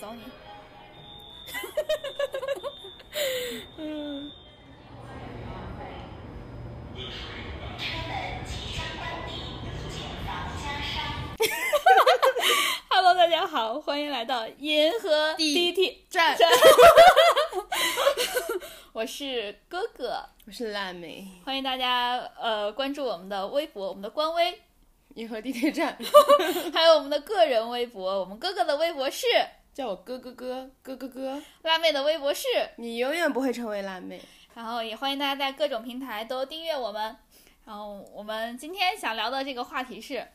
教你。嗯。Hello，大家好，欢迎来到银河地 DT 站，站我是哥哥， 我是烂梅，欢迎大家呃关注我们的微博、我们的官微，银河地铁站，还有我们的个人微博。我们哥哥的微博是叫我哥哥哥哥哥哥，辣妹的微博是，你永远不会成为烂妹。然后也欢迎大家在各种平台都订阅我们。然后我们今天想聊的这个话题是，对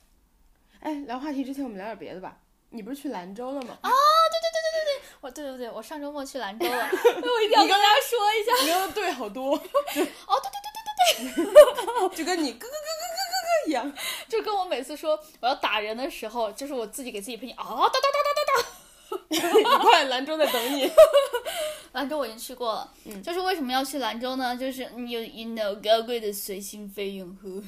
哎，聊话题之前我们聊点别的吧。你不是去兰州了吗？啊我哦对对对，我上周末去兰州 了，我一定要跟大家说一下。你用的对好 多，哦，对对 就跟你哥哥哥哥哥哥哥一样。对，就跟我每次说我要打人的时候，就是我自己给自己喷气，哦，哒哒哒哒哒。你快，兰州在等 你。哎兰州我已经去过了，嗯就是为什么要去兰州呢？就是嗯你有 you know 高贵的随心飞用户，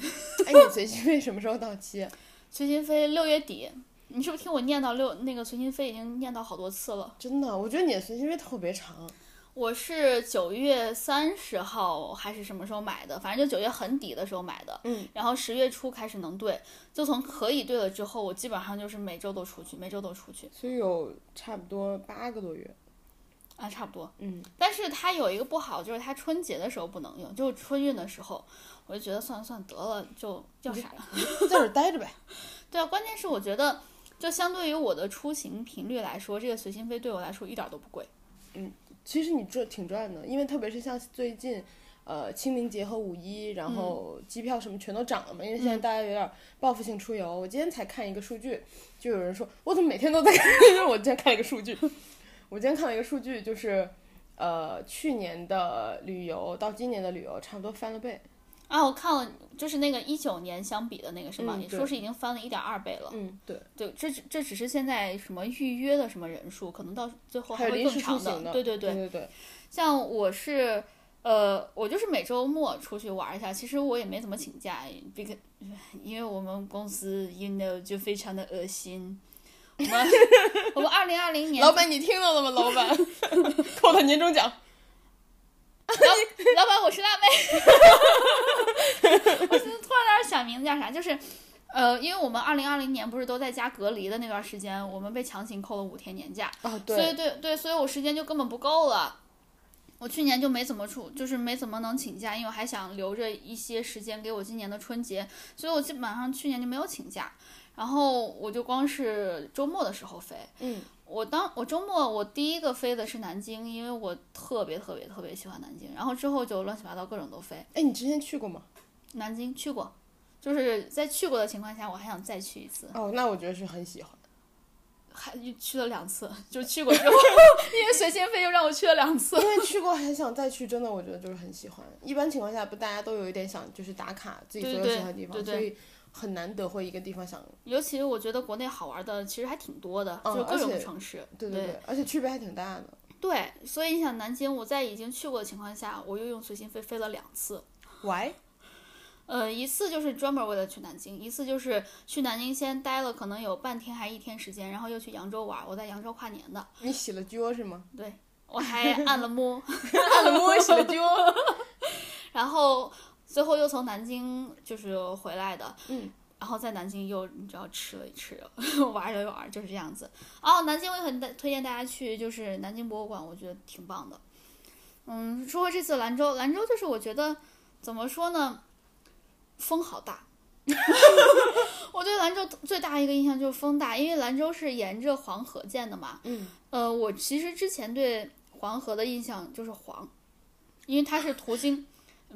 哎，你随心飞什么时候到期啊？ 随心飞六月底，你是不是听我念叨六那个随心飞已经念叨好多次了？真的，我觉得你的随心飞特别长。我是九月三十号还是什么时候买的？反正就九月很底的时候买的，嗯，然后十月初开始能兑，就从可以兑了之后，我基本上就是每周都出去，每周都出去所以有差不多八个多月。啊，差不多。嗯，但是它有一个不好，就是它春节的时候不能用，就是春运的时候，我就觉得算了算了得了，就叫啥了。在这儿待着呗。对啊，关键是我觉得，就相对于我的出行频率来说，这个随心飞对我来说一点儿都不贵。其实你赚挺赚的，因为特别是像最近，呃，清明节和五一，嗯然后机票什么全都涨了嘛。因为现在大家有点报复性出游。我今天才看一个数据，就有人说我怎么每天都在看？ 因为我今天看了一个数据，我今天看了一个数据，就是呃，去年的旅游到今年的旅游差不多翻了倍。啊，我看了，就是那个一九年相比的那个是吗？嗯你对说是已经翻了一点二倍了。嗯，对，对，这只这只是现在什么预约的什么人数，可能到最后还有会临更时出长行嗯对对对对，对对，像我是。呃，我就是每周末出去玩一下，其实我也没怎么请假，because 因为我们公司 you know 就非常的恶心。我们我们二零二零年老板，你听到了吗？老板， 扣他年 终奖。老板，我是辣妹。 我现在突然有点想名字叫啥，就是，呃，因为我们二零二零年不是都在家隔离的那段时间，我们被强行扣了五天年假，啊，所对以，对对，所以我时间就根本不够了。我去年就没怎么出，就是没怎么能请假，因为我还想留着一些时间给我今年的春节，所以我基本上去年就没有请假，然后我就光是周末的时候飞，嗯，我当我周末我第一个飞的是南京，因为我特别特别特别喜欢南京，然后之后就乱七八糟各种都飞。哎，你之前去过吗？南京去过，就是在去过的情况下，我还想再去一次，哦，那我觉得是很喜欢。还去了两次，就去过之后， 因为随心飞又让我去了两次。 因为去过还想再去，真的我觉得就是很喜欢。一般情况下，不大家都有一点想就是打卡自己所有喜欢的地方，对对对所以很难得会一个地方想。尤其我觉得国内好玩的其实还挺多的，嗯就是各而种且城市。对对对，而且区别还挺大的。对所以你想南京，我在已经去过的情况下，我又用随心飞飞了两次。 Why？呃，一次就是专门为了去南京，一次就是去南京先待了可能有半天还一天时间，然后又去扬州玩儿。我在扬州跨年的， 你洗了脚是吗？对我还按了 摩， 按了摸洗了脚。 然后最后又从南京就是回来的，嗯，然后在南京又你知道吃了一吃，玩了一玩，就是这样子。哦，南京我也很推荐大家去，就是南京博物馆，我觉得挺棒的。嗯，说回这次兰州，兰州就是我觉得怎么说呢，风好大。 我对兰州最大一个印象就是风大，因为兰州是沿着黄河建的嘛。嗯，呃，我其实之前对黄河的印象就是黄，因为它是途经，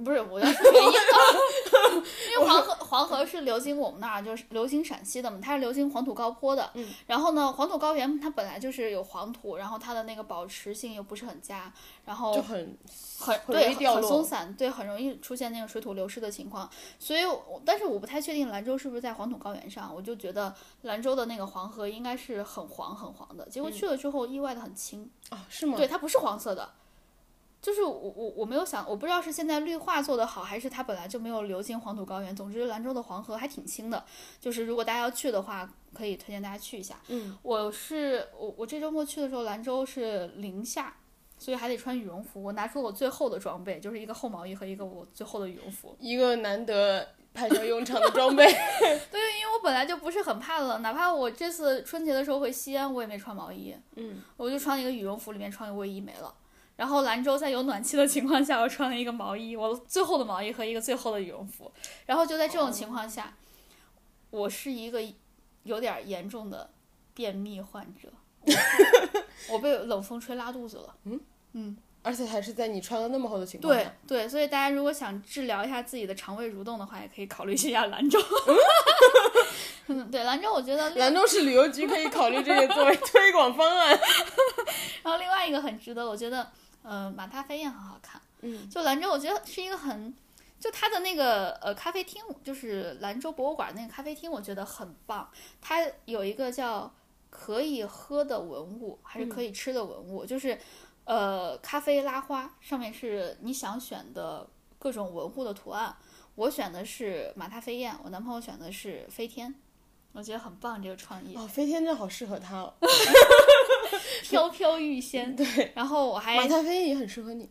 不是我要说原因啊， 因为黄河黄河是流经我们那儿，就是流经陕西的嘛，它是流经黄土高坡的。嗯，然后呢，黄土高原它本来就是有黄土，然后它的那个保持性又不是很佳，然后 就很 很很容对易掉很落松散，对很容易出现那个水土流失的情况。所以我，但是我不太确定兰州是不是在黄土高原上，我就觉得兰州的那个黄河应该是嗯很黄很黄的。结果去了之后，意外的很清，啊，是吗？对它不是黄色的，就是我我我没有想，我不知道是现在绿化做得好，还是它本来就没有流经黄土高原。总之，兰州的黄河还挺清的，就是如果大家要去的话，可以推荐大家去一下。嗯，我是我我这周末去的时候，兰州是零下，所以还得穿羽绒服。我拿出我最厚的装备，就是一个厚毛衣和一个我最厚的羽绒服。一个难得派上用场的 装备。对，因为我本来就不是很怕冷，哪怕我这次春节的时候回西安，我也没穿毛衣。嗯，我就穿了一个羽绒服，里面穿个卫衣没了。然后兰州在有暖气的情况下，我穿了一个毛衣，我最厚的毛衣和一个最厚的羽绒服。然后就在这种情况下，我是一个有点严重的便秘患者，我被冷风吹拉肚子了。而且还是在你穿了那么厚的情况对下。对，所以大家如果想治疗一下自己的肠胃蠕动的话，也可以考虑一下兰州。 嗯，对，兰州我觉得另兰州市旅游局可以考虑这个 作为推广方案。然后另外一个很值得，我觉得，呃，马大飞也很好看。嗯，就兰州，我觉得是一个很，就它的那个呃咖啡厅，就是兰州博物馆那个咖啡厅，我觉得很棒。它有一个叫可以喝的文物，还是可以吃的文物，就是呃咖啡拉花，上面是你想选的各种文物的图案。我选的是马踏飞燕，我男朋友选的是飞天，我觉得很棒这个创 意，哦，飞天真好适合他哦。飘飘欲仙。对，然后我还马太飞也很适合你。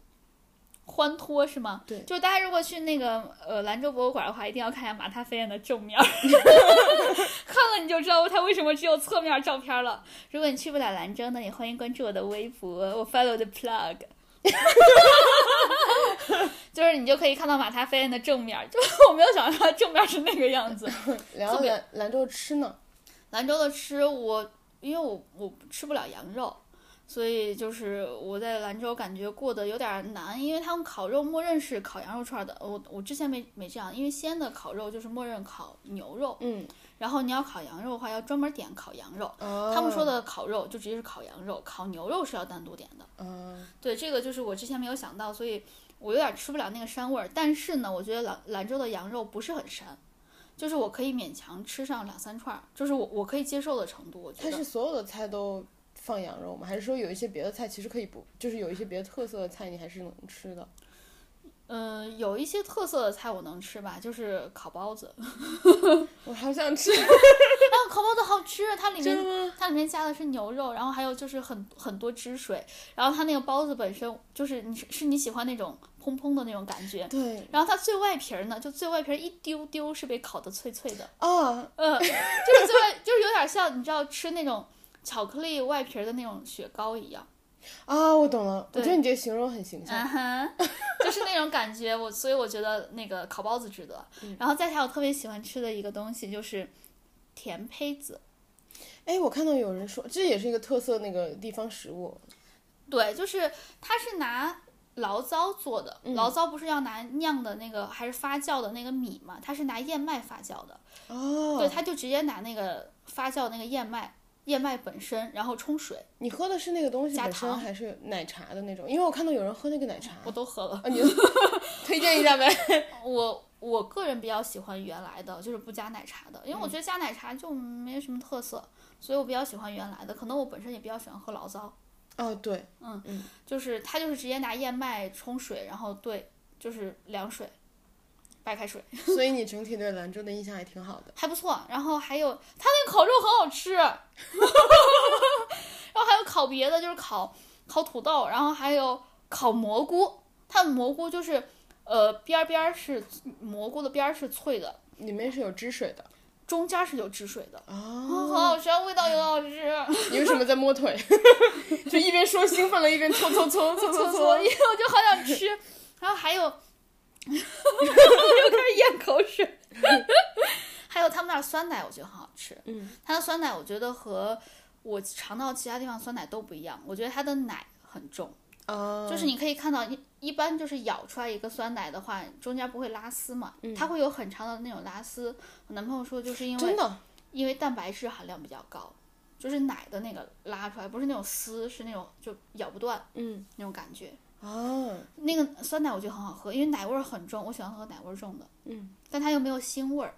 欢脱是吗？对就是大家如果去那个呃兰州博物馆的话，一定要看一下马踏飞燕的正面儿，看了你就知道它为什么只有侧面照片了。如果你去不了兰州呢，也欢迎关注我的微博，我 follow the plug，就是你就可以看到马踏飞燕的正面儿，就是我没有想到它正面是那个样子。特聊聊别兰兰州吃呢，兰州的吃我，因为我我吃不了羊肉，所以就是我在兰州感觉过得有点难，因为他们烤肉默认是烤羊肉串的，我我之前没没这样，因为西安的烤肉就是默认烤牛肉，嗯，然后你要烤羊肉的话要专门点烤羊肉，他他们说，的烤肉就直接是烤羊肉，烤牛肉是要单独点的。嗯，对，这个就是我之前没有想到，所以我有点吃不了那个膻味儿。但是呢，我觉得兰兰州的羊肉不是很膻，就是我可以勉强吃上两三串儿，就是我我可以接受的程度。我觉它得是所有的菜都放羊肉吗？还是说有一些别的菜其实可以不，就是有一些别的特色的菜你还是能吃的？嗯、有一些特色的菜我能吃吧，就是烤包 子。啊，我好想吃，烤包子好吃，啊它里真面的吗？它里面加的是牛肉，然后还有就是很很多汁水，然后它那个包子本身就是你是是你喜欢那种蓬蓬的那种感觉。 对然后它最外皮儿呢，就最外皮儿一丢丢是被烤的脆脆的，啊，嗯，就是最外就是有点像你知道吃那种巧克力外皮儿的那种雪糕一样，啊，我懂了，我对觉得你这个形容很形象。嗯哼，就是那种感觉。我所以我觉得那个烤包子值得。嗯然后再还有特别喜欢吃的一个东西就是甜胚子，哎，我看到有人说这也是一个特色那个地方食物，对，就是它是拿。醪糟做的，嗯醪糟不是要拿酿的那个还是发酵的那个米嘛？它是拿燕麦发酵的，哦，对，，它就直接拿那个发酵那个燕麦，燕麦本身，然后冲水，你喝的是那个东西加本身糖还是奶茶的那种？因为我看到有人喝那个奶茶，我都喝了。啊，你 推荐一下呗。 我我个人比较喜欢原来的，就是不加奶茶的，嗯因为我觉得加奶茶就没什么特色，所以我比较喜欢原来的。可能我本身也比较喜欢喝醪糟，哦，对，就是它就是直接拿燕麦冲水，然后兑就是凉水、白开水，所以你整体对兰州的印象还挺好的。还不错。然后还有它那个烤肉很好 吃，然后还有烤别的，就是烤烤土豆，然后还有烤蘑菇，它的蘑菇就是呃边儿边儿是蘑菇的边儿是脆的。里面是有汁水的中间是有汁水的，啊，哦，很好吃，味道也很好 吃。 你为什么在摸腿？就一边说兴奋了，一边搓搓 搓搓所搓搓。以我就好想 吃。然后还有，又开始咽口水。 还有他们那儿酸奶，我觉得很好吃。嗯，它的酸奶我觉得和我尝到其他地方酸奶都不一样，我觉得它的奶很重，啊，就是你可以看到一一般就是咬出来一个酸奶的话，中间不会拉丝嘛，它会有很长的那种拉丝。我男朋友说就是因为真的因为蛋白质含量比较高，就是奶的那个拉出来，不是那种丝，是那种就咬不断，嗯，那种感觉。啊，那个酸奶我觉得很好喝，因为奶味儿很重，我喜欢喝奶味儿重的，嗯，但它又没有腥味儿，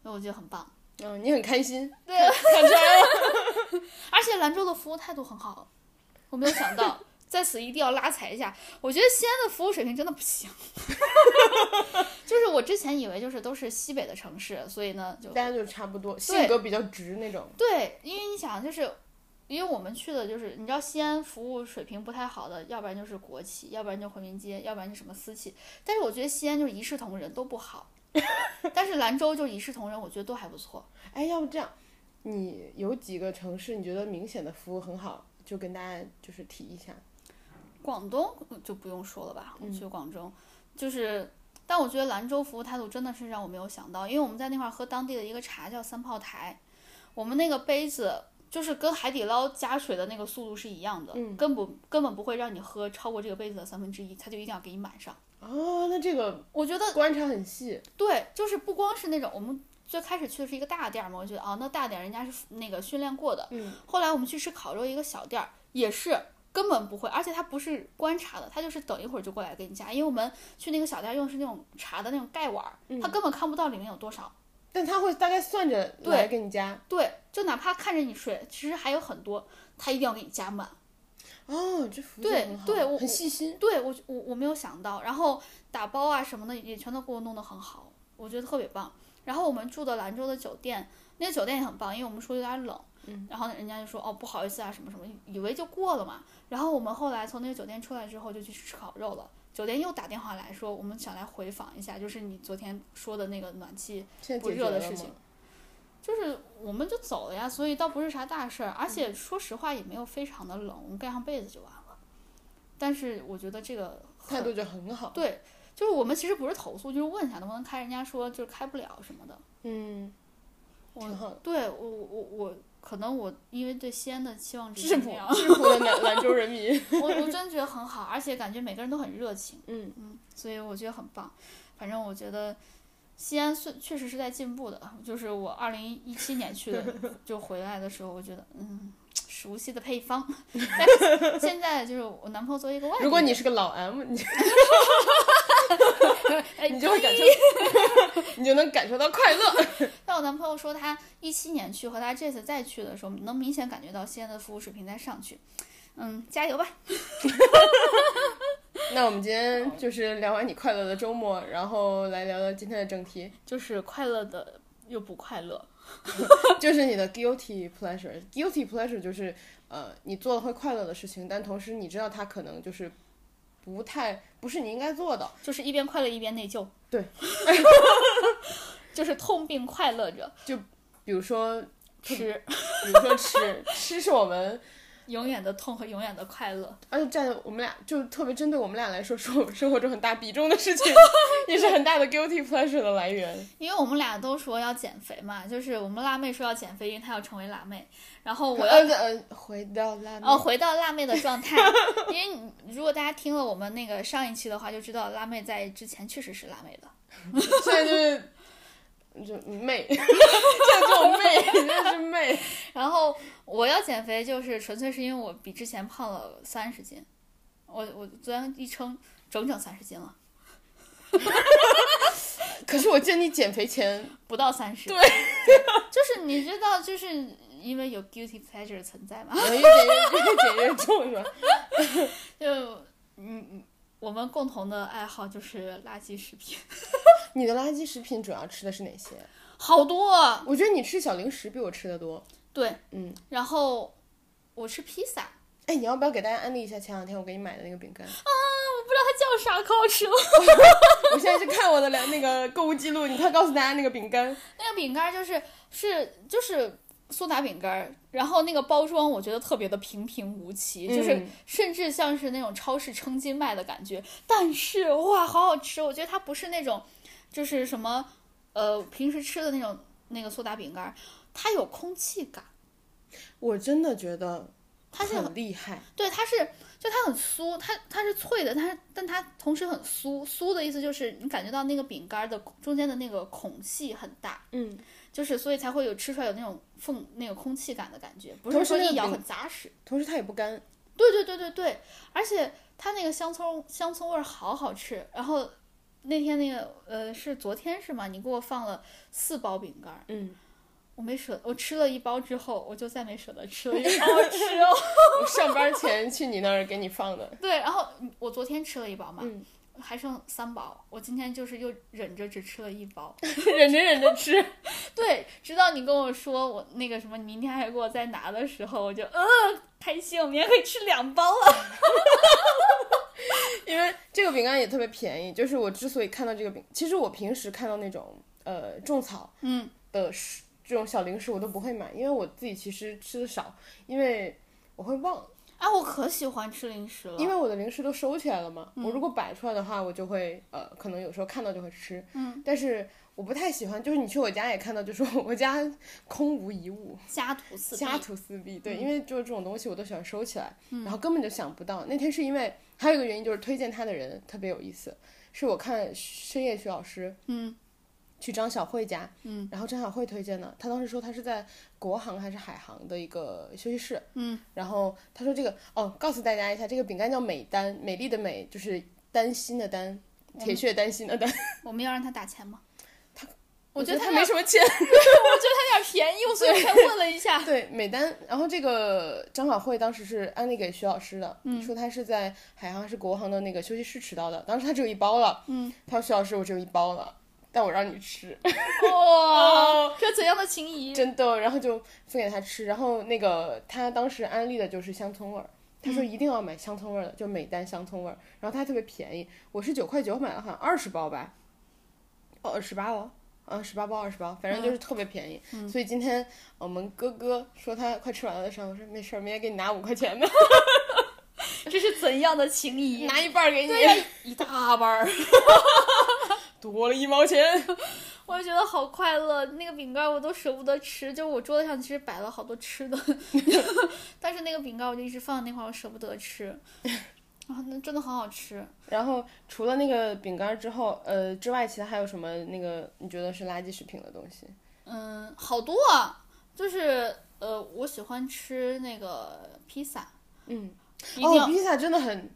所以我觉得很棒。嗯，你很开心，对，看出来了。 而且兰州的服务态度很好，我没有想到，在此一定要拉踩一下。我觉得西安的服务水平真的不行， 就是我之前以为就是都是西北的城市，所以嗯呢就大家就差不多，性格比较直那种。对，因为你想就是。因为我们去的就是，你知道西安服务水平不太好的，要不然就是国企，要不然就回民街，要不然就什么私企。但是我觉得西安就是一视同仁，都不好。 但是兰州就一视同仁，我觉得都还不错。哎，要不这样，你有几个城市你觉得明显的服务很好，就跟大家就是提一下。广东就不用说了吧，我去广州、就是，但我觉得兰州服务态度真的是让我没有想到，因为我们在那块儿喝当地的一个茶叫三炮台，我们那个杯子就是跟海底捞加水的那个速度是一样的，嗯根本根本不会让你喝超过这个杯子的三分之一，他就一定要给你满上。哦，那这个我觉得观察很细，对，就是不光是那种我们最开始去的是一个大店儿嘛，我觉得哦，那大店儿人家是那个训练过的。嗯。后来我们去吃烤肉，一个小店儿也是根本不会，而且他不是观察的，他就是等一会儿就过来给你加，因为我们去那个小店儿用的是那种茶的那种盖碗儿，他根本看不到里面有多少。但他会大概算着对来给你加。对，就哪怕看着你睡，其实还有很多，他一定要给你加满。哦，这服务对很好，对我很细心。对我我我没有想到，然后打包啊什么的也全都给我弄得很好，我觉得特别棒。然后我们住的兰州的酒店，那个酒店也很棒，因为我们说有点冷，嗯，然后人家就说哦不好意思啊什么什么，以为就过了嘛。然后我们后来从那个酒店出来之后就去吃烤肉了，酒店又打电话来说我们想来回访一下，就是你昨天说的那个暖气现在不解决热的了事吗情，就是我们就走了呀，所以倒不是啥大事儿，嗯而且说实话也没有非常的冷，我们盖上被子就完了。但是我觉得这个很态度就很好。对，就是我们其实不是投诉，就是问一下能不能开，人家说就是开不了什么的。嗯，我挺好的。对我我我可能我因为对西安的期望值质是朴那 样，质朴的兰兰州 人民。我我真觉得很好，而且感觉每个人都很热情，嗯，嗯，所以我觉得很棒。反正我觉得西安虽确实是在进步的，就是我二零一七年去 的，就回来的时候，我觉得嗯。熟悉的配 方，但是现在就是我男朋友作为一个外地人，如果你是个老 M，你哎 你就会感受，你就能感受到 快乐。但我男朋友说，他一七年去和他这次再去的时候，能明显感觉到西安的服务水平在上去。嗯，加油吧！那我们今天就是聊完你快乐的周末，然后来聊聊今天的正题，就是快乐的又不快乐。就是你的 guilty pleasure。guilty pleasure 就是呃，你做了会快乐的事情，但同时你知道它可能就是不太不是你应该做的。就是一边快乐一边内疚。对， 就是痛并快乐着，比如说，吃比如说吃， 吃是我们，永远的痛和永远的快乐。而且占我们俩就特别针对我们俩来说，是我们生活中很大比重的事情， 也是很大的 guilty pleasure 的来源。因为我们俩都说要减肥嘛，就是我们辣妹说要减肥，因为她要成为辣妹，然后我要呃呃，回到辣妹哦，回到辣妹的状态，因为你如果大家听了我们那个上一期的话，就知道辣妹在之前确实是辣妹的。现在就是就 妹，现在就妹，现在是妹。然后我要减肥，就是纯粹是因为我比之前胖了三十斤，我我昨天一称整整三十斤了，可是我记得你减肥 前，不到三十。对，就是你知道，就是因为有 guilty pleasure 存在嘛，我越减越越减越重是吧？就嗯嗯，我们共同的爱好就是垃圾食品，你的垃圾食品主要吃的是哪些？好多、啊。我觉得你吃小零食比我吃的多。对，嗯，然后我吃披萨，啊，哎，你要不要给大家安利一下前两天我给你买的那个饼干？我不知道它叫啥，可好吃了。我现在去看我的两那个购物记录，你快告诉大家那个饼 干。那个饼干儿就是是就是苏打饼干儿，然后那个包装我觉得特别的平平无奇，就是嗯甚至像是那种超市称斤卖的感觉。但是哇，好好吃！我觉得它不是那种就是什么呃平时吃的那种那个苏打饼干儿，它有空气感，我真的觉得它是很厉害，对，它是就它很酥，它它是脆的，但是但它同时很酥。酥的意思就是你感觉到那个饼干儿的中间的那个孔隙很大。嗯，就是所以才会有吃出来有那种缝那个空气感的感觉，不同是时说那个一咬饼很扎实。同时它也不干，对对对对对，而且它那个香葱香葱味儿好好吃。然后那天那个呃是昨天是吗？你给我放了四包饼干儿，嗯，我没舍，我吃了一包之后，我就再没舍得吃了，因 为好好吃哦。我上班前去你那儿给你放的。 对，然后我昨天吃了一包嘛，嗯，还剩三包，我今天就是又忍着只吃了一包。忍着忍着吃， 对，直到你跟我说我那个什么，你明天还给我再拿的时候，我就嗯、开心，我明天可以吃两包了。因为这个饼干也特别便宜。就是我之所以看到这个饼，其实我平时看到那种呃种草嗯的食这种小零食我都不会买，因为我自己其实吃的少，因为我会忘，啊，我可喜欢吃零食了，因为我的零食都收起来了嘛。我如果摆出来的话，我就会呃，可能有时候看到就会吃，嗯，但是我不太喜欢。就是你去我家也看到，就是我家空无一物。家徒四壁。家徒四壁，嗯对，因为就是这种东西我都喜欢收起来，然后根本就想不到。那天是因为还有一个原因就是推荐他的人特别有意思，是我看深夜徐老师嗯去张小慧家，嗯，然后张小慧推荐的，他当时说他是在国航还是海航的一个休息室，嗯，然后他说这个哦，告诉大家一下，这个饼干叫美丹，美丽的美就是担心的担，嗯铁血担心的担，我们要让他打钱 吗？我我觉得他有没什么钱。他有点便宜，我所以我才问了一 下。对美丹，然后这个张小慧当时是安利给徐老师的，说她是在海航还是国航的那个休息室吃到的，当时她只有一包了，嗯，她说徐老师我只有一包了，但我让你吃，哇，这怎样的情谊？真的，然后就分给她吃，然后那个她当时安利的就是香葱味儿。她嗯说一定要买香葱味儿的，就美丹香葱味儿，然后它还特别便宜，我是九块九买了，好像二十包吧，哦，十八包，啊，十八包二十包，反正就是特别便宜。嗯所以今天嗯我们哥哥说他快吃完了的时候，我说没事儿，明天给你拿五块钱的。这是怎样的情谊？拿一半儿给你，一大半儿， 多了一毛钱。我就觉得好快乐。那个饼干我都舍不得吃，就我桌子上其实摆了好多吃 的，但是那个饼干我就一直放在那块儿，我舍不得 吃。啊，那真的好好吃。然后除了那个饼干之后，呃之外，其他还有什么那个你觉得是垃圾食品的东西？嗯，好多啊，就是呃，我喜欢吃那个披萨，嗯，一定要、哦，披萨真的很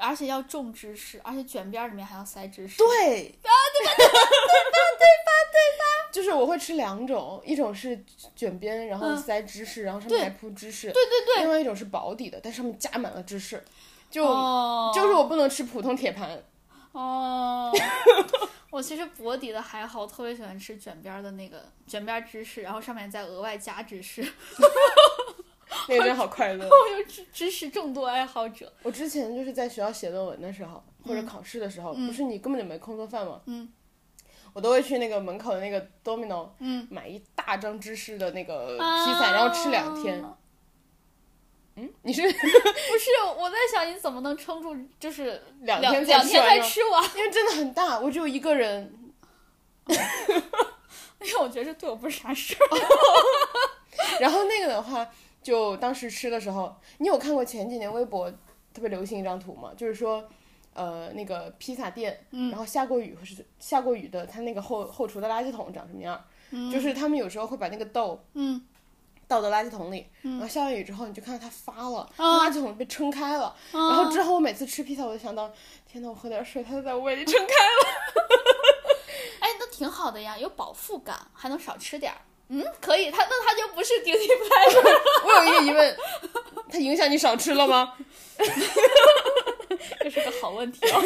而且要重芝士，而且卷边儿里面还要塞芝士。对啊，对吧？对吧？对吧？就是我会吃两种，一种是卷边，然后嗯塞芝士，然后上面还铺芝士；对对对，另外一种是薄底的，但上面加满了芝士。就、哦就是我不能吃普通铁盘， 哦，我其实薄底的还好，我特别喜欢吃卷边儿的那个卷边儿芝士，然后上面再额外加芝士。 那个真好快乐。我有芝芝士重度爱好者。 我之前就是在学校写论文的时候，或者考试的时候，不是你根本就没空做饭吗？嗯，我都会去那个门口的那个 Domino 嗯，买一大张芝士的那个披啊萨，然后吃两天。嗯，你是 不是，我在想你怎么能撑住，就是两两天才两吃天完才吗？吃完？ 因为真的很大，我只有一个人。因为哎我觉得这对我不是啥事儿。然后那个的话，就当时吃的时候，你有看过前几年微博特别流行一张图吗？就是说。呃，那个披萨店，嗯然后下过雨是下过雨的，它那个后后厨的垃圾桶长什么样儿？就是他们有时候会把那个豆嗯，倒到垃圾桶里，然后下完雨之后，你就看到它发了，啊垃圾桶被撑开了。啊然后之后我每次吃披萨，我就想到，天呐，我喝点水，它就在我胃里撑开。哎，那挺好的呀，有饱腹感，还能少吃点儿。嗯，可以，它那它就不是 duty free 了。 我有一个疑问，它影响你少吃了吗？这是个好问题哦。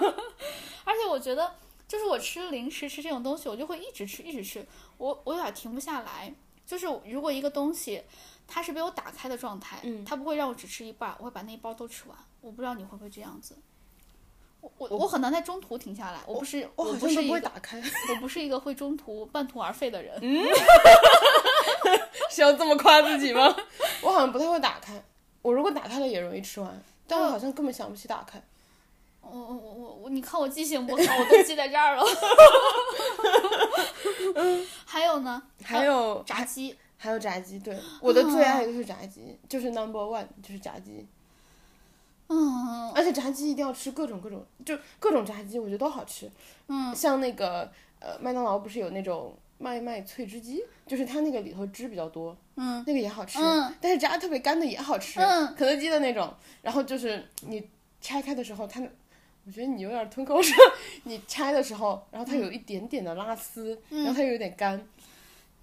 而且我觉得，就是我吃零食吃这种东西，我就会一直吃一直吃，我我有点停不下来。就是如果一个东西它是被我打开的状态，嗯它不会让我只吃一半儿，我会把那一包都吃完。我不知道你会不会这样子。我我我我很难在中途停下来，我不是我好不像是都一不会个打开，我不是一个会中途半途而废的人。 是要这么夸自己吗？ 我好像不太会打开，我如果打开了也容易吃完，但我好像根本想不起打开。我我我我，你看我记性不好，我都记在这儿了。 还有呢，还有炸鸡，还有炸鸡，对，我的最爱就是炸鸡，就是 number one 就是炸鸡，嗯而且炸鸡一定要吃各种各种，就各种炸鸡，我觉得都好吃。嗯像那个呃，麦当劳不是有那种麦麦脆汁鸡，就是它那个里头汁比较多，嗯那个也好吃，嗯但是炸得特别干的也好吃，嗯肯德基的那种。然后就是你拆开的时候，它，我觉得你有点吞口水， 嗯你拆的时候，然后它有一点点的拉丝，然后它又有点干，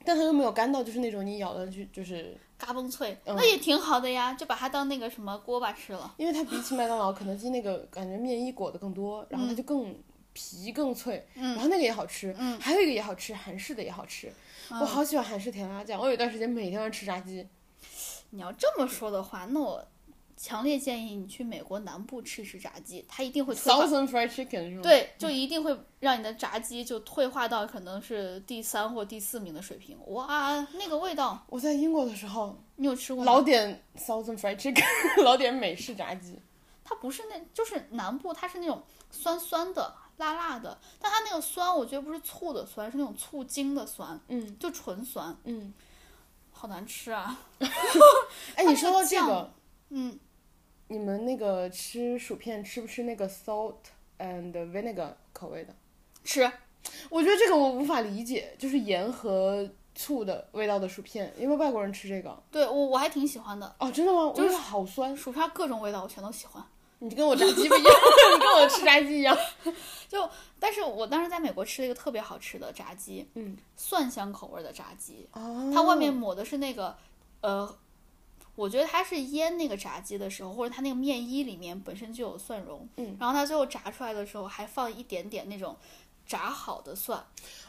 但它又没有干到，就是那种你咬上去就是，嘎嘣脆，嗯那也挺好的呀，就把它当那个什么锅巴吃了。因为它比起麦当劳、肯德基那个感觉面衣裹的更多，然后它嗯就更。皮更脆，然后那个也好吃，还有一个也好吃，韩式的也好吃。嗯我好喜欢韩式甜辣酱，我有一段时间每天都吃炸鸡。你要这么说的话，那我强烈建议你去美国南部吃一吃炸鸡，它一定会退化。 Thousand Fried Chicken 是吗？，对，就一定会让你的炸鸡就退化到可能是第三或第四名的水平。哇，那个味道，我在英国的时候你有吃过老吗？点 Thousand Fried Chicken，老 点美式炸鸡。它不是那，就是南部，它是那种酸酸的、辣辣的，但它那个酸，我觉得不是醋的酸，是那种醋精的酸，嗯就纯酸，嗯，好难吃啊。哎，你说到这它那个个酱，嗯，你们那个吃薯片吃不吃那个 salt and vinegar 口味的？吃我觉得这个我无法理解，就是盐和醋的味道的薯片，因为外国人吃这个。哦对我我还挺喜欢的，哦，真的吗？我就觉是得好酸，薯片各种味道我全都喜欢。你跟我炸鸡不一样， 你跟我吃炸鸡一样。但是我当时在美国吃了一个特别好吃的炸鸡，嗯，蒜香口味的炸鸡，哦它外面抹的是那个，呃，我觉得它是腌那个炸鸡的时候，或者它那个面衣里面本身就有蒜蓉，嗯，然后它最后炸出来的时候还放一点点那种炸好的蒜，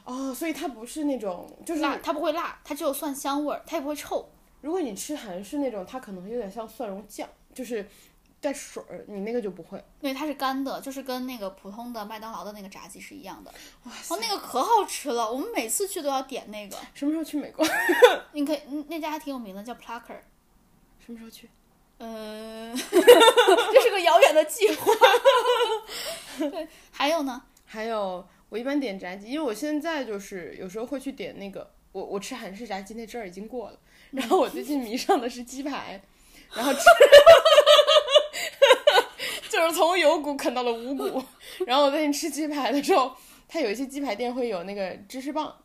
哦，所以它不是那种，就是辣它不会辣，它只有蒜香味儿，它也不会臭，如果你吃韩式那种，它可能有点像蒜蓉酱，就是带水儿，你那个就不会。因为它是干的，就是跟那个普通的麦当劳的那个炸鸡是一样的。哇哦，那个可好吃了，我们每次去都要点那 个，什么时候去美国？你可以那家还挺有名的，叫 Plucker。什么时候去？呃， 这是个遥远的计划。 对，还有呢，还有，我一般点炸鸡，因为我现在就是有时候会去点那个，我我吃韩式炸鸡那阵儿已经过了，然后我最近迷上的是鸡排，然后吃，就是从有骨啃到了无骨，然后我最近吃鸡排的时候，它有一些鸡排店会有那个芝士棒。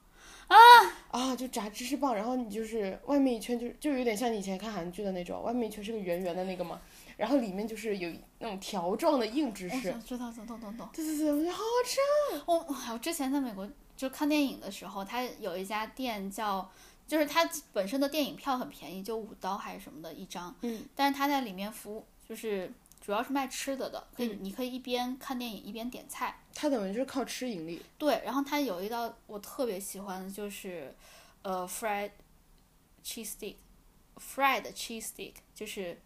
啊就炸芝士棒，然后你就是外面一圈就就有点像你以前看韩剧的那种，外面一圈是个圆圆的那个嘛，然后里面就是有那种条状的硬芝我士，哎知道，懂懂懂懂。对对对，我觉得好好吃。我我之前在美国就看电影的时候，它有一家店叫，就是它本身的电影票很便宜，就五刀还是什么的一张。嗯。但是它在里面服务就是主要是卖吃的的，可以、你可以一边看电影一边点菜。它等于就是靠吃盈利。对，然后它有一道我特别喜欢的就是，呃，fried cheese stick，fried cheese stick 就是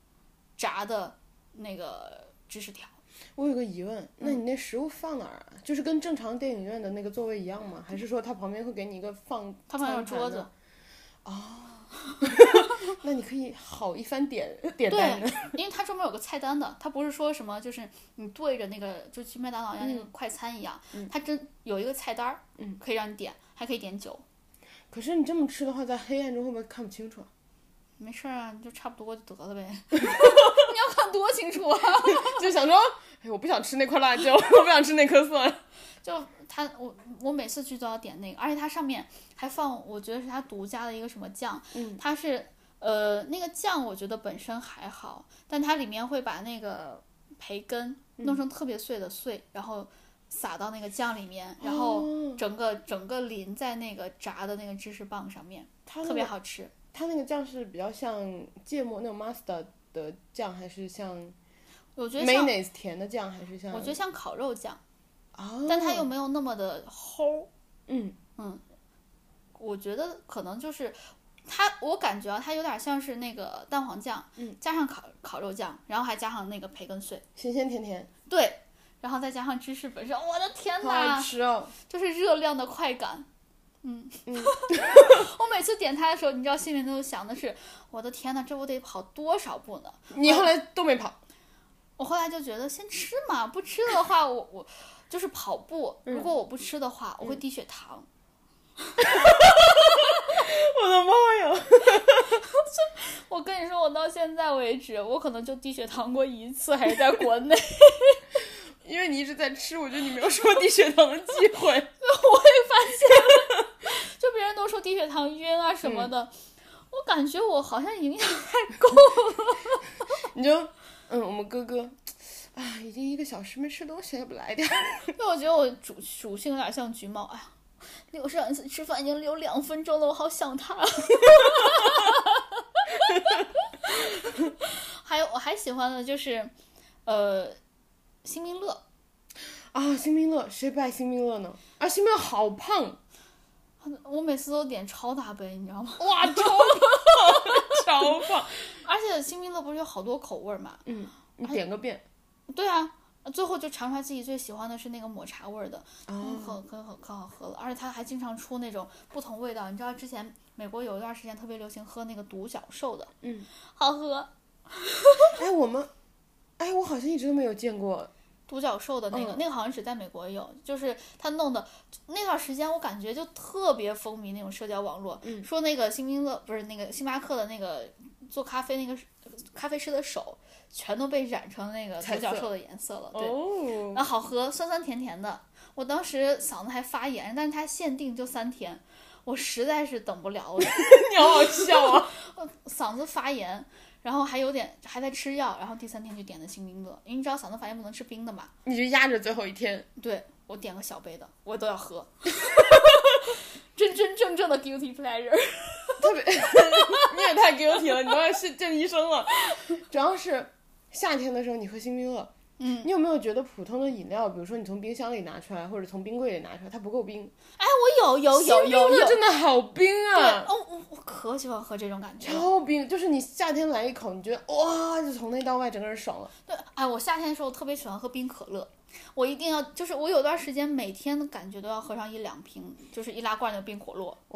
炸的那个芝士条，我有个疑问，那嗯你那食物放哪儿啊？就是跟正常电影院的那个座位一样吗？还是说它旁边会给你一个放它旁边有餐桌盘的哦子？， 那你可以好一番点点对单的。因为它专门有个菜单的，它不是说什么就是你对着那个就去麦当劳一样那个快餐一样，它真有一个菜单儿，嗯，可以让你点，还可以点酒，可是你这么吃的话，在黑暗中会不会看不清楚啊？没事儿啊，你就差不多就得了呗， 你要看多清楚啊。 就想说，哎，我不想吃那块辣椒，我不想吃那颗蒜。就它，我我每次去都要点那个，而且它上面还放，我觉得是它独家的一个什么酱，嗯，它是呃那个酱我觉得本身还好，但它里面会把那个培根嗯弄成特别碎的碎，然后撒到那个酱里面，然后哦整个整个淋在那个炸的那个芝士棒上面，它那特别个好吃。它那个酱是比较像芥末那种 master 的酱，还是像我觉得像 mayonnaise 甜的酱，还是像我觉得像烤肉酱，哦，但它又没有那么的齁。嗯我觉得可能就是它，我感觉啊，它有点像是那个蛋黄酱，嗯，加上烤烤肉酱，然后还加上那个培根碎，咸咸甜甜，对，然后再加上芝士本身，我的天好哪爱，吃哦。就是热量的快感。嗯，嗯我每次点它的时候，你知道心里都想的是，我的天哪，这我得跑多少步呢？你后来都没跑。我后来就觉得先吃嘛，不吃的话，我我就是跑步，如果我不吃的话，我会低血糖。 我的妈呀！ 我跟你说，我到现在为止，我可能就低血糖过一次，还是在国内。 因为你一直在吃，我觉得你没有什么低血糖的机会。 就别人都说低血糖晕啊什么的，我感觉我好像影响你就，嗯，我们哥哥，啊， 已经一个小时没吃东西，要不来点儿？因为我觉得我主属性有点像橘猫，哎呀，刘上一次吃饭已经留两分钟了，我好想他。啊 还有我还喜欢的就是，呃，辛明乐，啊，辛宾乐，谁不爱辛宾乐呢？啊，辛宾乐好胖，我每次都点超大杯，你知道吗？ 哇，超胖，超胖。而且辛明乐不是有好多口味儿嘛？嗯，你点个遍。对啊，最后就尝出来自己最喜欢的是那个抹茶味儿的，嗯，哦，可可可可好喝了，而且它还经常出那种不同味道。你知道之前美国有一段时间特别流行喝那个独角兽的，嗯，好喝，哎，我们，哎，我好像一直都没有见过。独角兽的那个，嗯那个好像只在美国有，就是他弄的那段时间，我感觉就特别风靡那种社交网络，嗯说那个星巴克不是那个星巴克的那个做咖啡那个咖啡师的手全都被染成那个彩独色角兽的颜色了，对。哦， 啊，好喝，酸酸甜甜的。我当时嗓子还发炎，但是它限定就三天，我实在是等不了了，你好好笑啊！嗓子发炎，然后还有点还在吃药，然后第三天就点的星冰乐，因为你知道嗓子发炎不能吃冰的嘛。 你就压着最后一天。对我点个小杯的，我都要喝， 真真正正的 guilty pleasure。 你也太 guilty 了，你都要是见医生了。主要是夏天的时候你喝星冰乐，嗯，你有没有觉得普通的饮料，比如说你从冰箱里拿出来，或者从冰柜里拿出来，它不够冰？哎，我有有有星冰有乐有，真的好冰对，啊！哦，我我可喜欢喝这种感觉了。超冰，就是你夏天来一口，你觉得哇，就从内到外整个人爽了。对，哎，我夏天的时候特别喜欢喝冰可乐，我一定要，就是我有段时间每天感觉都要喝上一两瓶，就是一拉罐的冰可乐。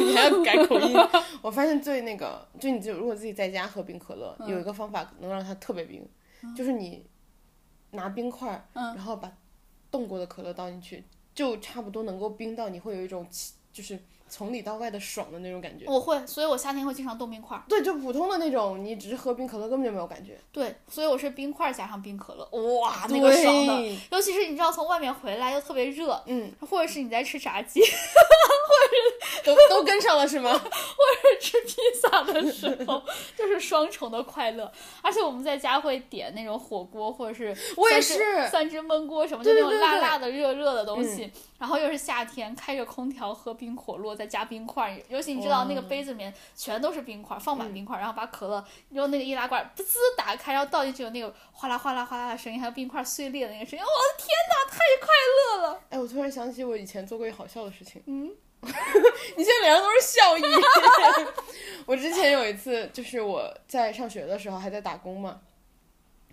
你还要改口音。我发现最那个，就你就如果自己在家喝冰可乐，有一个方法能让它特别冰，就是你拿冰块儿，嗯然后把冻过的可乐倒进去，就差不多能够冰到你会有一种起就是从里到外的爽的那种感觉。我会，所以我夏天会经常冻冰块儿。对，就普通的那种，你只是喝冰可乐根本就没有感觉。对，所以我是冰块儿加上冰可乐，哇，啊那个爽的。 对，尤其是你知道从外面回来又特别热，嗯，或者是你在吃炸鸡、都都跟上了是吗？吃披萨的时候，就是双重的快乐。而且我们在家会点那种火锅，或者是我也三是汁三汁焖锅什么，就对那对种对辣嗯对辣的、热热的东西。然后又是夏天，开着空调喝冰可乐，再加冰块儿。尤其你知道那个哇嗯杯子里面全都是冰块儿，放满冰块儿，然后把可乐用那个易拉罐噗呲打开，然后倒进去有那个哗啦哗啦哗啦的声音，还有冰块碎裂的那个声音。我的天哪，太快乐了！哎，我突然想起我以前做过一个好笑的事情。嗯， 你现在脸上都是笑意。 我之前有一次，就是我在上学的时候还在打工嘛，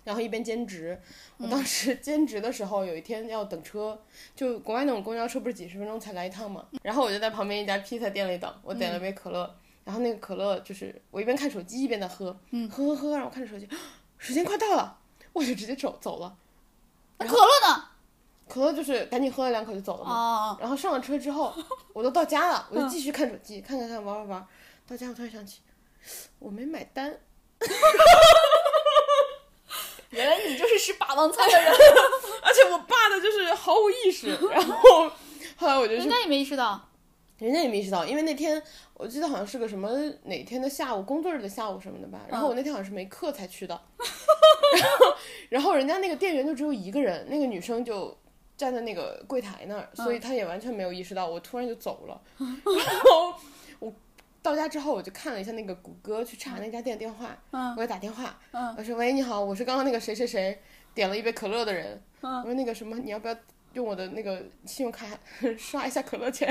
然后一边兼职。嗯我当时 兼职的时候，有一天要等车，就国外那种公交车不是几十分钟才来一趟嗯嘛，然后我就在旁边一家披萨店里等，我点了杯可乐，然后那个可乐就是我一边看手机一边在喝，嗯喝喝喝，然后我看着手机， 时间快到了，我就直接走走了。那可乐呢？可乐就是赶紧喝了两口就走了嘛。哦，然后上了车之后，我都到家了，我就继续看手机，看看看，玩玩玩。到家我突然想起，我没买单， 原来你就是吃霸王餐的人，而且我爸的就是毫无意识。然后后来 我就人去，家也没意识到。人家也没意识到，因为那天我记得好像是个什么哪天的下午，工作日的下午什么的吧。嗯然后我那天好像是没课才去的， 然后然后人家那个店员就只有一个人，那个女生就。站在那个柜台那儿，嗯所以她也完全没有意识到我突然就走 了。然后我到家之后，我就看了一下那个谷歌，去查那家店电话，嗯我给打电话，嗯我说喂，你好，我是刚刚那个谁谁谁点了一杯可乐的人，嗯我说那个什么，你要不要用我的那个信用卡 刷一下可乐钱？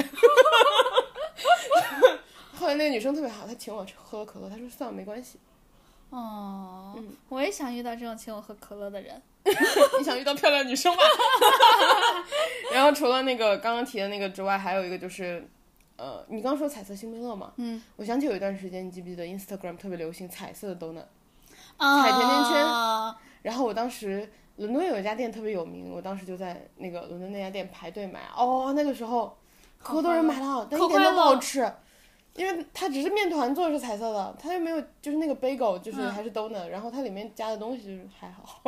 后来那个女生特别好，她请我喝了可乐，她说算了，没关系。 哦，嗯我也想遇到这种请我喝可乐的人。你想遇到漂亮女生吧？ 然后除了那个刚刚提的那个之外，还有一个就是，呃，你刚说彩色星冰乐嘛，嗯，我想起有一段时间，你记不记得 Instagram 特别流行彩色的 donut？啊，踩甜甜圈呃然后我当时伦敦有一家店特别有名，我当时就在那个伦敦那家店排队买。哦，那个时候可多人买了，但可一点快都乐不好吃，因为它只是面团做的是彩色的，它又没有就是那个 bagel 就是嗯还是 donut，、然后它里面加的东西就是还好。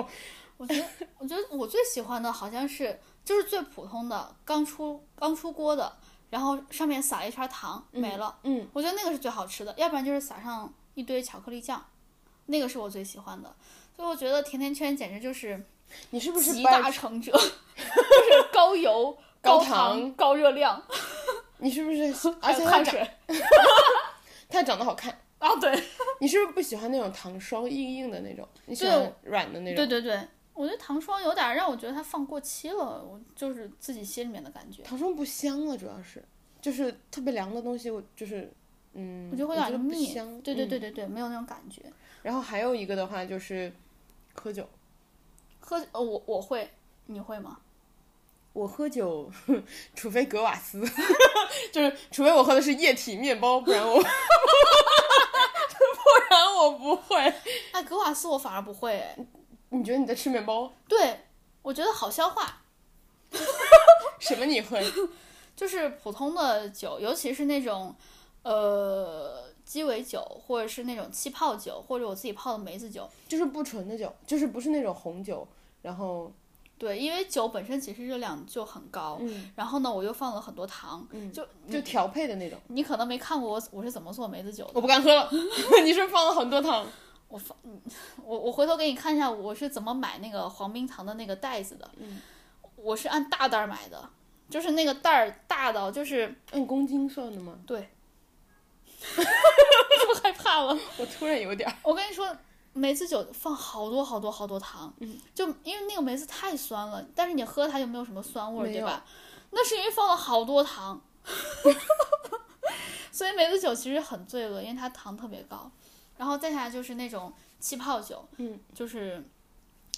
我觉得，我觉得我最喜欢的好像是就是最普通的，刚出刚出锅的，然后上面撒一圈糖，没了。嗯，我觉得那个是最好吃的，要不然就是撒上一堆巧克力酱，那个是我最喜欢的。所以我觉得甜甜圈简直就是你是不是集 不爱大成者，就是高油、 高糖糖、高热量。你是不 是？而还且有他碳长水他长得好看，啊，对你是不是不喜欢那种糖霜硬硬的那种？你喜对欢软的那对种？对对，我觉得糖霜有点让我觉得它放过期了，我就是自己心里面的感觉，糖霜不香了，主要是就是特别凉的东西，我就是嗯，我觉得会有觉点不腻香。对对嗯对对对，没有那种感觉。然后还有一个的话就是喝酒，喝呃我我会，你会吗？我喝酒， 除非格瓦斯， 就是除非我喝的是液体面包，不然我 不然我不会。哎，格瓦斯我反而不会哎，你觉得你在吃面包？对我觉得好消化，什么你会？就是普通的酒，尤其是那种呃鸡尾酒，或者是那种气泡酒，或者我自己泡的梅子酒。 就是不纯的酒，就是不是那种红酒。然后，对，因为酒本身其实热量就很高，嗯然后呢，我又放了很多糖，嗯，就就调配的那种。你可能没看过我我是怎么做梅子酒的，我不敢喝了， 你是不是放了很多糖？我放我我回头给你看一下我是怎么买那个黄冰糖的那个袋子的，嗯我是按大袋儿买的，就是那个袋儿大到就是 按哎公斤算的吗？对，是不是害怕了？我突然有点儿。我跟你说，梅子酒放好多好多好多糖，嗯就因为那个梅子太酸了，但是你喝它就没有什么酸味儿，没对有吧？那是因为放了好多糖， 所以梅子酒其实很罪恶，因为它糖特别高。然后再下来就是那种气泡酒，嗯，就是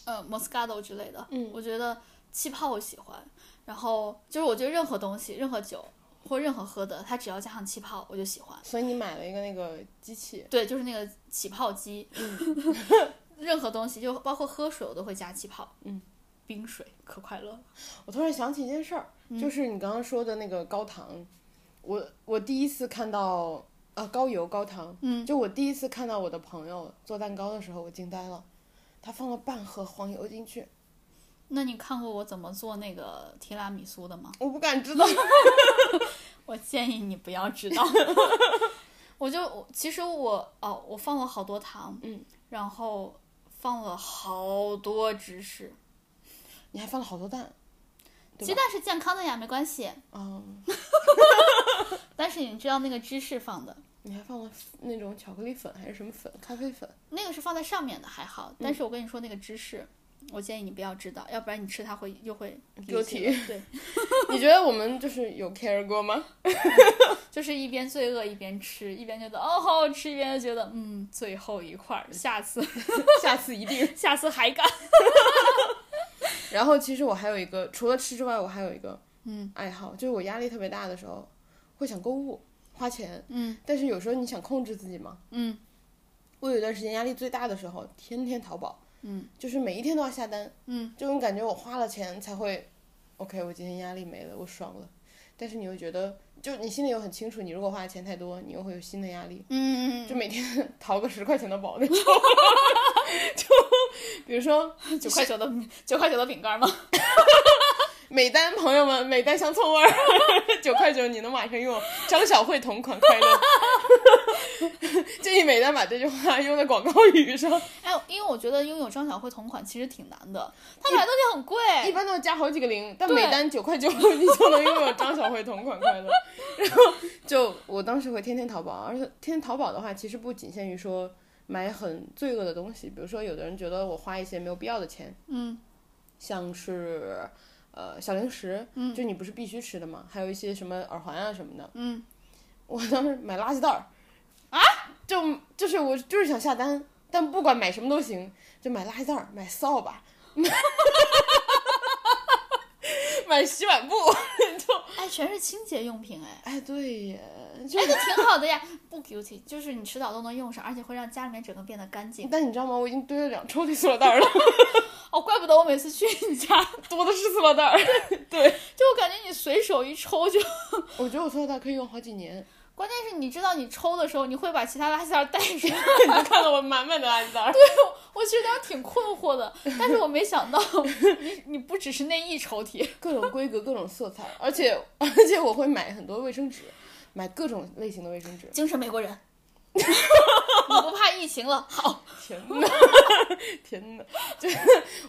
呃 Moscato 之类的，嗯我觉得气泡我喜欢。然后就是我觉得任何东西、任何酒或任何喝的，它只要加上气泡，我就喜欢。所以你买了一个那个机器，对，就是那个起泡机，嗯 任何东西，就包括喝水，我都会加气泡。嗯，冰水可快乐了。我突然想起一件事儿，就是你刚刚说的那个高糖，我我第一次看到啊高油高糖，嗯，就我第一次看到我的朋友做蛋糕的时候，我惊呆了，他放了半盒黄油进去，那你看过我怎么做那个提拉米苏的吗？我不敢知道，我建议你不要知 道。我就我其实我哦，我放了好多糖，嗯，然后放了好多芝士。你还放了好多蛋，对吧鸡蛋是健康的呀，没关系。啊、但是你知道那个芝士放的，你还放了那种巧克力粉还是什么粉，咖啡粉，那个是放在上面的还嗯好，但是我跟你说那个芝士，我建议你不要知道，要不然你吃它会又会丢体。体 对， 你觉得我们就是有 care 过吗？ 就是一边罪恶一边吃，一边觉得哦好好吃，一边又觉得嗯最后一块儿，下 次下次一定。下次还敢。然后其实我还有一个，除了吃之外，我还有一个嗯爱好，就是我压力特别大的时候会想购物花钱，嗯但是有时候你想控制自己嘛，嗯我有一段时间压力最大的时候，天天淘宝，嗯，就是每一天都要下单，嗯，这种感觉我花了钱才会，OK，我今天压力没了，我爽了。但是你又觉得，就你心里又很清楚，你如果花的钱太多，你又会有新的压力，嗯，就每天 淘个十块钱的宝那种， 就比如说九块九的九块九的饼干吗？每单朋友们每单香葱味儿，九块九你能马上用，张小慧同款快乐。 建议每单把这句话用在广告语上，哎，因为我觉得拥有张小慧同款其实挺难的，她买的东西很贵。一般都是加好几个零，但对每单九块九，你就能拥有张小慧同款 快乐。然后就我当时会天天淘宝，而且天天淘宝的话，其实不仅限于说买很罪恶的东西，比如说有的人觉得我花一些没有必要的钱，嗯像是呃小零食，嗯就你不是必须吃的嘛，还有一些什么耳环啊什么的，嗯，我当时买垃圾袋儿啊，就就是我就是想下单，但不管买什么都行，就买垃圾袋儿，买扫把， 买买洗碗布。哎，全是清洁用品 哎。哎，对耶，就哎，那挺好的呀，不 guilty，就是你迟早都能用上，而且会让家里面整个变得干净。但你知道吗？我已经堆了两抽屉塑料袋儿了，哦，怪不得我每次去你家，多的是塑料袋儿。 就我感觉你随手一抽就， 我觉得我塑料袋儿可以用好几年。关键是你知道你抽的时候，你会把其他垃圾袋带 上。你就 看到我满满的垃圾袋儿。我其实当时挺困惑的，但是我没想到你你不只是那一抽屉，各种规格，各种色彩，而且 而且我会买很多卫生纸，买各种类型的卫生纸。精神美国人， 你不怕疫情了？好，天呐， 天呐，就是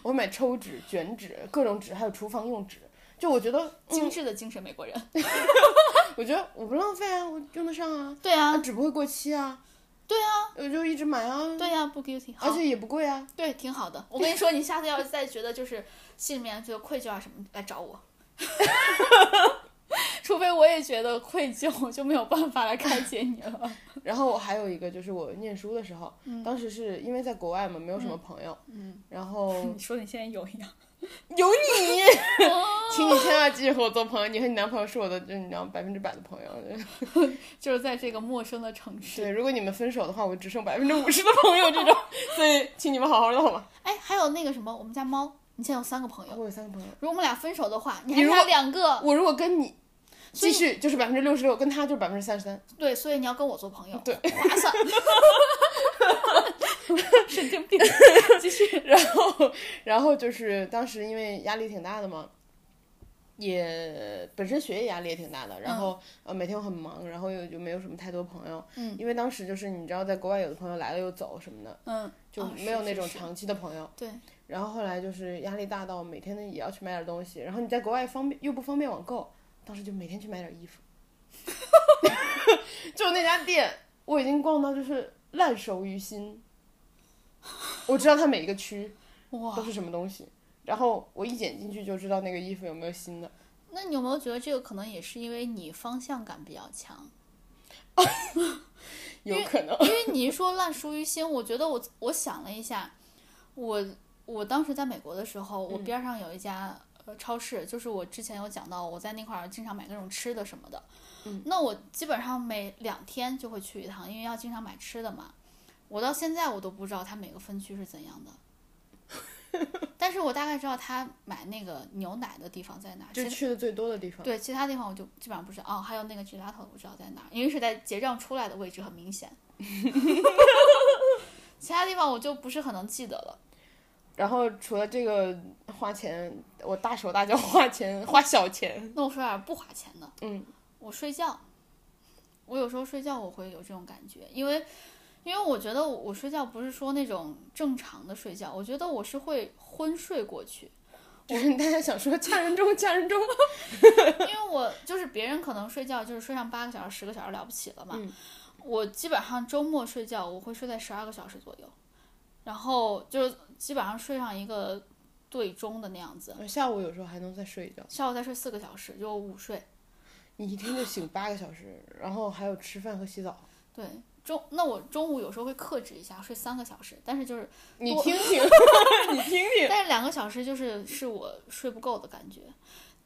我买抽纸、卷纸、各种纸，还有厨房用纸。就我觉得，嗯精致的精神美国人。我觉得我不浪费啊，我用得上啊，对啊它，只不会过期啊，对啊，我就一直买啊，对呀、不 guilty，好而且也不贵啊。对，挺好的。我跟你说，你下次要是再觉得就是心里面觉得愧疚啊什么，来找我。 除非我也觉得愧疚，我就没有办法来开解你了。然后我还有一个就是我念书的时候，当时是因为在国外嘛，没有什么朋友，嗯，然 后有 你说你现在有一样，你， 请你千万记着和我做朋友，你和你男朋友是我的，就是你知道百分之百的朋 友。就是在这个陌生的城市。对，如果你们分手的话，我只剩百分之五十的朋友 这种，所以请你们好好弄吧。哎，还有那个什么，我们家猫，你现在有三个朋友。我有三个朋友，如果我们俩分手的话，你你还如差果两个。我如果跟你所以继续就是百分之六十六，跟他就是百分之三十三。对，所以你要跟我做朋友，对，划 算。神经 病，继续。然后，然后就是当时因为压力挺大的嘛，也本身学业压力也挺大的，然后、呃每天我很忙，然后又就没有什么太多朋友，嗯，因为当时就是你知道在国外有的朋友来了又走什么的，嗯，就哦没有是那种是是长期的朋友。对，然后后来就是压力大到每天呢也要去买点东西，然后你在国外方便又不方便网购，当时就每天去买点衣服， 就那家店我已经逛到就是烂熟于心，我知道它每一个区哇都，是什么东西，然后我一眼进去就知道那个衣服有没有新的，那你有没有觉得这个可能也是因为你方向感比较强？有可能 因为你一说烂熟于心，我觉得我我想了一下，我我当时在美国的时候，嗯我边上有一家呃超市，就是我之前有讲到，我在那块儿经常买各种吃的什么的。嗯，那我基本上每两天就会去一趟，因为要经常买吃的嘛。我到现在我都不知道它每个分区是怎 样的，但是我大概知道它买那个牛奶的地方在哪儿，就是去的最多的地方，对，其他地方我就基本上不知道。哦，还有那个 gelato 我知道在哪儿，因为是在结账出来的位置很明显。 其他地方我就不是很能记得了。然后除了这个花钱，我大手大脚花钱花小钱，那我说点儿不花钱的，嗯，我睡觉，我有时候睡觉我会有这种感觉，因为因为我觉得我我睡觉不是说那种正常的睡觉，我觉得我是会昏睡过去。就是大家想说家人中家人中，因为我就是别人可能睡觉就是睡上八个小时、十个小时了不起了嘛，嗯我基本上周末睡觉我会睡在十二个小时左右，然后就是基本上睡上一个对钟的那样子，我下午有时候还能再睡一觉。下午再睡四个小时就午睡。你一天就醒八个小时，然后还有吃饭和洗澡。对，中那我中午有时候会克制一下，睡三个小时，但是就是你听 听，你听 听，但是两个小时就是是我睡不够的感觉，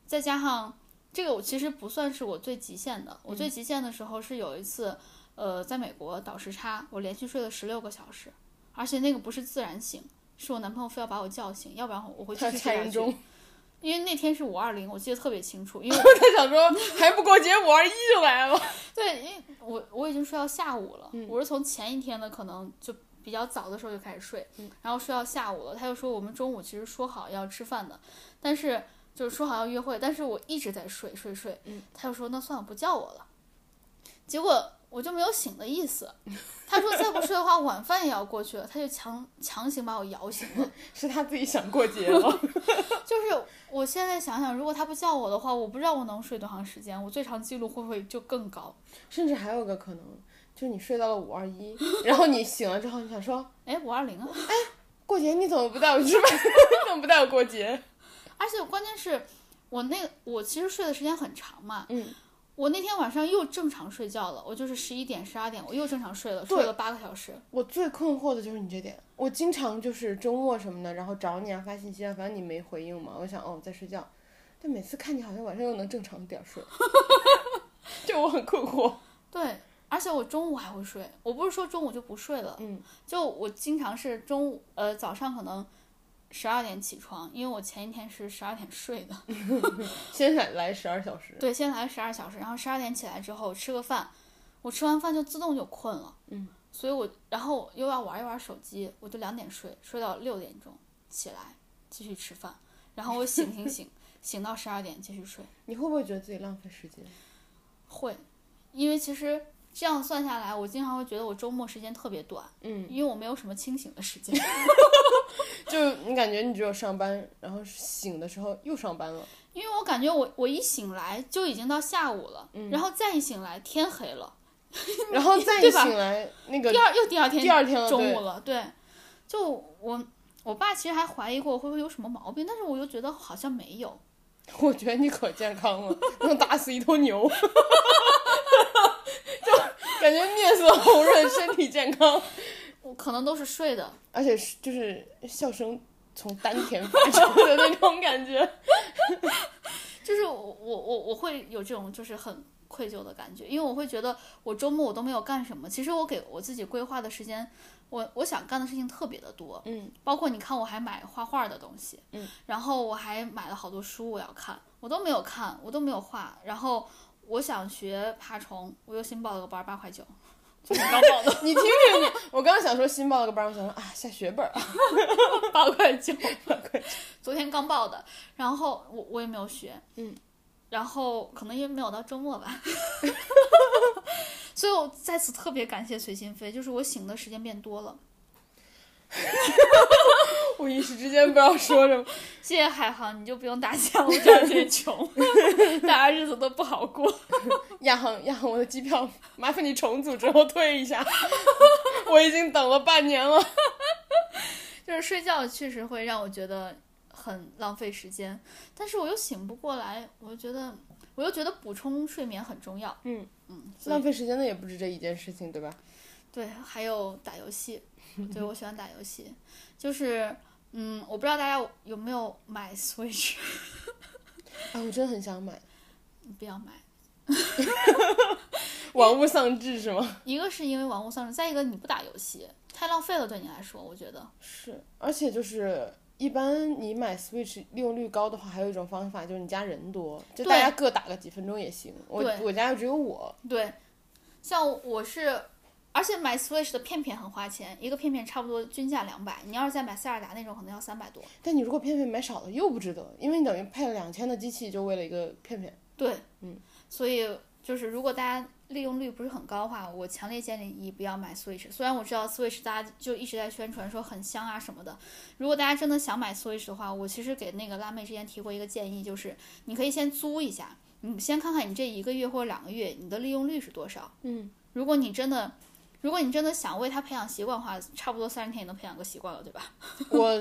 再加上这个我其实不算是我最极限的，我嗯最极限的时候是有一次，呃，在美国倒时差，我连续睡了十六个小时，而且那个不是自然醒，是我男朋友非要把我叫醒，要不然我我会继他续蔡睡下云去。中， 因为那天是五二零，我记得特别清楚，因为他想说还不过节，五二一就来了。 对，因为我我已经睡到下午了，我是从前一天的可能就比较早的时候就开始睡，然后睡到下午了。他又说我们中午其实说好要吃饭的，但是就是说好要约会，但是我一直在睡睡睡，他又说那算了不叫我了，结果我就没有醒的意思。他说再不睡的话晚饭也要过去了，他就强强行把我摇醒了。 是他自己想过节了，就是我现在想想，如果他不叫我的话，我不知道我能睡多长时间，我最长记录会不会就更高？甚至还有个可能，就是你睡到了五二一，然后你醒了之后，你想说哎，五二零啊。过节你怎么不带我吃饭？你 怎么不带我过节？而且关键是我那个我其实睡的时间很长嘛，嗯，我那天晚上又正常睡觉了，我就是十一点、十二点，我又正常睡了，对睡了八个小时。我最困惑的就是你这点，我经常就是周末什么的，然后找你啊，发信息啊，反正你没回应嘛，我想哦在睡觉，但每次看你好像晚上又能正常点儿睡， 就我很困惑。对，而且我中午还会睡，我不是说中午就不睡了，嗯，就我经常是中午呃早上可能十二点起床，因为我前一天是十二点睡的，先来来十二小时，对，先来十二小时，然后十二点起来之后吃个饭，我吃完饭就自动就困了，嗯，所以我然后又要玩一玩手机，我就两点睡，睡到六点钟起来继续吃饭，然后我醒醒醒醒到十二点继续睡，你会不会觉得自己浪费时间？会，因为其实这样算下来，我经常会觉得我周末时间特别短，嗯，因为我没有什么清醒的时间。就是你感觉你只有上班，然后醒的时候又上班了，因为我感觉我我一醒来就已经到下午了，嗯然后再一醒来天黑了，然后再一对吧醒来，那个第二又第二天第二天了，中对午了，对，就我我爸其实还怀疑过我会不会有什么毛病，但是我又觉得好像没有， 我觉得你可健康 了，能打死一头牛， 就感觉面色红润，身体健康，我可能都是睡的，而且是就是笑声从丹田发出的那种感 觉。就是我我我我会有这种就是很愧疚的感觉，因为我会觉得我周末我都没有干什么，其实我给我自己规划的时间，我我想干的事情特别的多，嗯，包括你看我还买画画的东西，嗯，然后我还买了好多书我要看，我都没有看，我都没有画，然后我想学爬虫，我又新报了个班儿，八块九，就是刚报 的你听听你，我刚刚想说新报了个班，我想说啊下血 本儿啊，八块九，昨天刚报的，然后我我也没有学，嗯，然后可能也没有到周末吧， 所以我在此特别感谢随心飞，就是我醒的时间变多了，我一时之间不知道说什么。谢谢海航，你就不用打架，我知道这穷， 大家日子都不好过。亚航，亚航，我的机票麻烦你重组之后退一 下，我已经等了半年了。就是睡觉确实会让我觉得很浪费时间，但是我又醒不过来，我又觉得我又觉得补充睡眠很重要。嗯嗯，所以浪费时间的也不止这一件事情，对吧？对，还有打游戏，对我喜欢打游戏，就是嗯，我不知道大家有没有买 Switch， 啊，我真的很想买，不要买。玩物丧志是吗？一个是因为玩物丧志，再一个你不打游戏太浪费了，对你来说，我觉得是，而且就是一般你买 Switch 利用率高的话，还有一种方法就是你家人多，就对大家各打个几分钟也行。我对我家又只有我，对。像我是，而且买 Switch 的片片很花钱，一个片片差不多均价两百，你要是再买塞尔达那种，可能要三百多。但你如果片片买少了又不值得，因为你等于配了两千的机器就为了一个 片片。对，嗯，所以就是如果大家利用率不是很高的话，我强烈建议你不要买 Switch。虽然我知道 Switch 大家就一直在宣传说很香啊什么的，如果大家真的想买 Switch 的话，我其实给那个辣妹之前提过一个建议，就是你可以先租一下，你先看看你这一个月或者两个月你的利用率是多少。嗯，如果你真的。如果你真的想为它培养习惯的话，差不多三十天也能培养个习惯了，对吧？我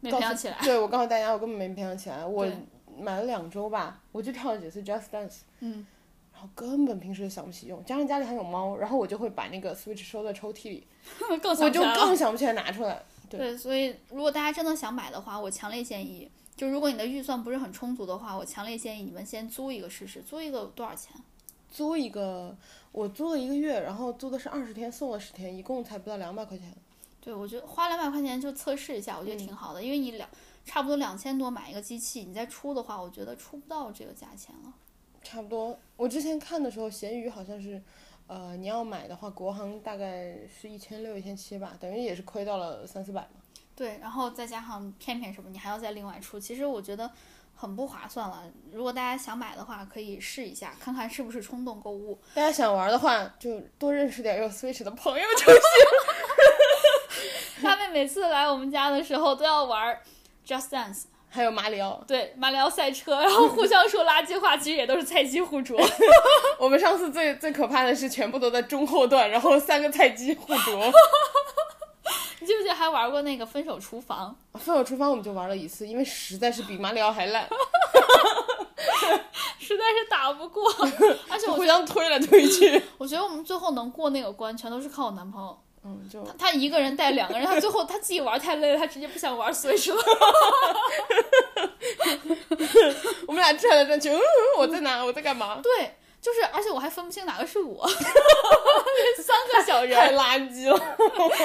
没告培诉养起 来，对我告诉大家，我根本没培养起来，我对买了两周吧，我就跳了几次 Just Dance。嗯，然后根本平时就想不起用，加上家里还有猫，然后我就会把那个 Switch 收在抽屉里，更想我就起来了更想不起来拿出来。对对，所以如果大家真的想买的话，我强烈建议，就如果你的预算不是很充足的话，我强烈建议你们先租一个试试。租一个多少钱？租一个，我租了一个月，然后租的是二十天，送了十天，一共才不到两百块钱。对我觉得花两百块钱就测试一下，我觉得挺好的，因为你两差不多两千多买一个机器，你再出的话，我觉得出不到这个价钱了。差不多，我之前看的时候，闲鱼好像是，呃，你要买的话，国行大概是一千六、一千七吧，等于也是亏到了三四百嘛。对，然后再加上片片什么，你还要再另外出，其实我觉得很不划算了。如果大家想买的话，可以试一下，看看是不是冲动购物。 大家想玩的话，就多认识点有 Switch 的朋友就行。他们每次来我们家的时候都要玩儿 Just Dance。还有马里奥，对马里奥赛车，然后互相说垃圾话，其实也都是菜鸡互啄。 我们上次最最可怕的是全部都在中后段，然后三个菜鸡互啄。你记不记得还玩过那个分手厨房？ 分手厨房我们就玩了一次，因为实在是比马里奥还 烂，实在是打不过， 而且就我互相推来推去。我觉得我们最后能过那个关，全都是靠我男朋友。嗯，就他他一个人带两个人，他最后他自己玩太累了，他直接不想玩，所以说 我们俩转来转去，嗯，我在哪？我在干嘛？对，就是而且我还分不清哪个是我，三个小太人，垃圾了，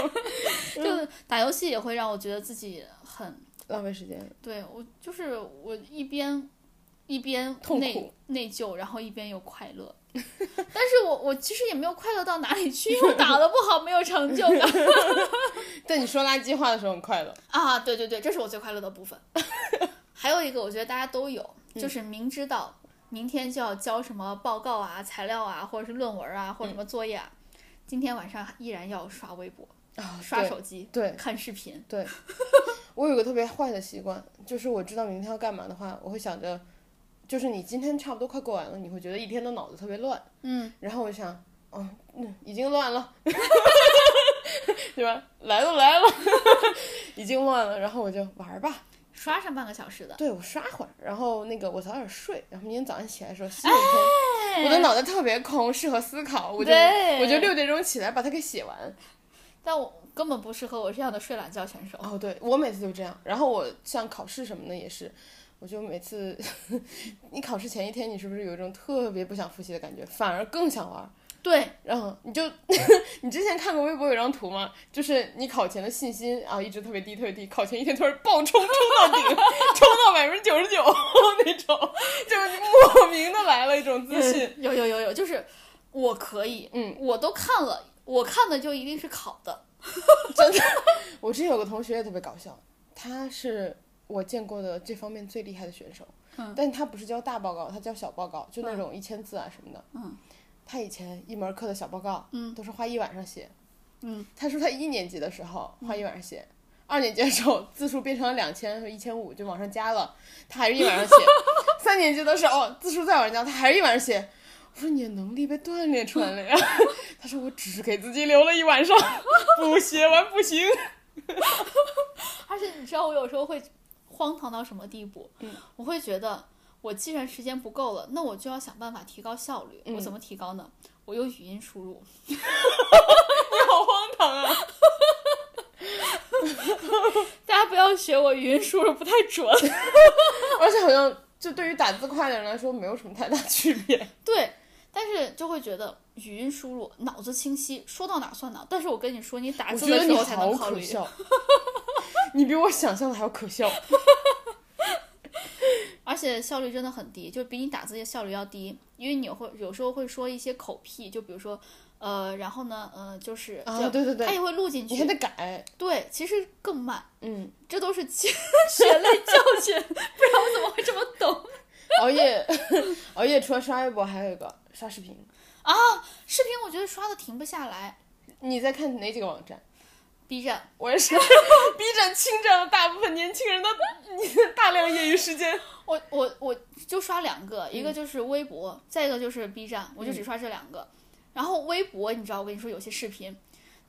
就是打游戏也会让我觉得自己很浪费时间。对我就是我一边一边痛内苦内疚，然后一边又快乐。 但是我我其实也没有快乐到哪里去，因为我打的不好，没有成就感 但你说垃圾话的时候很快乐，啊！对 嗯对对，这是我最快乐的部分。还有一个，我觉得大家都有，就是明知道明天就要交什么报告啊、材料啊，或者是论文啊，或者什嗯么作业啊，今天晚上依然要刷微博、啊，刷对手机、对看视频。对，我有个特别坏的习惯，就是我知道明天要干嘛的话，我会想着，就是你今天差不多快过完了，你会觉得一天的脑子特别乱，嗯，然后我就想，哦，嗯，已经乱 了，对吧？来都来了，已经乱了，然后我就玩儿吧，刷上半个小时的，对我刷会儿，然后那个我早点睡，然后明天早上起来的时候新的一天，我的脑袋特别空，适合思考，我就对我就六点钟起来把它给写完。但我根本不适合我这样的睡懒觉选手。 哦，对我每次都这样，然后我像考试什么的也是。我就每次， 你考试前一天，你是不是有一种特别不想复习的感觉，反而更想玩儿？对，然后你就， 你之前看过微博有张图吗？就是你考前的信心啊，一直特别低，特别低，考前一天突然暴冲，冲到顶，冲到百分之九十九 那种，就是莫名的来了一种自信。有有有有，就是我可以，嗯，我都看了，我看的就一定是考的。我之前有个同学也特别搞笑，他是我见过的这方面最厉害的选手，嗯但他不是交大报告，他交小报告，就那种一千字啊什么的，嗯，他以前一门课的小报告，嗯都是花一晚上写，嗯，他说他一年级的时候花一晚上写，二年级的时候字数变成了两千和一千五，就往上加了，他还是一 晚上写，三年级的时候字数再往上加，他还是一晚上写。我说你的能力被锻炼出来 了呀！他说我只是给自己留了一晚上， 不写完不行。而且你知道我有时候会荒唐到什么地步？嗯我会觉得我既然时间不够了，那我就要想办法提高效率。嗯我怎么提高呢？我用语音输入， 好荒唐啊！大家不要学我，语音输入不太准。 而且好像就对于打字快的人来说，没有什么太大区别。对，但是就会觉得语音输入脑子清晰，说到哪儿算哪儿。但是我跟你哎说，你打我字觉的得时你候才好能考可虑。笑，你比我想象的还要可笑。而且效率真的很低，就比你打字的效率要低，因为你会有时候会说一些口癖，就比如说，呃，然后呢，呃，就是啊就对对对它也会录进你还去，得改，对，其实更慢，嗯，这都是 血泪教训，不然我怎么会这么懂？熬夜 熬夜除了刷微博，还有一个刷视频。视频我觉得刷的停不下来你在看哪几个网站？ ，B 站，我也是，B 站侵占了大部分年轻人的大量业余 时间。我我我就刷两个，一个就是微博，再一个就是 B 站，我就只刷这两个。然后微博，你知道，我跟你说，有些视频，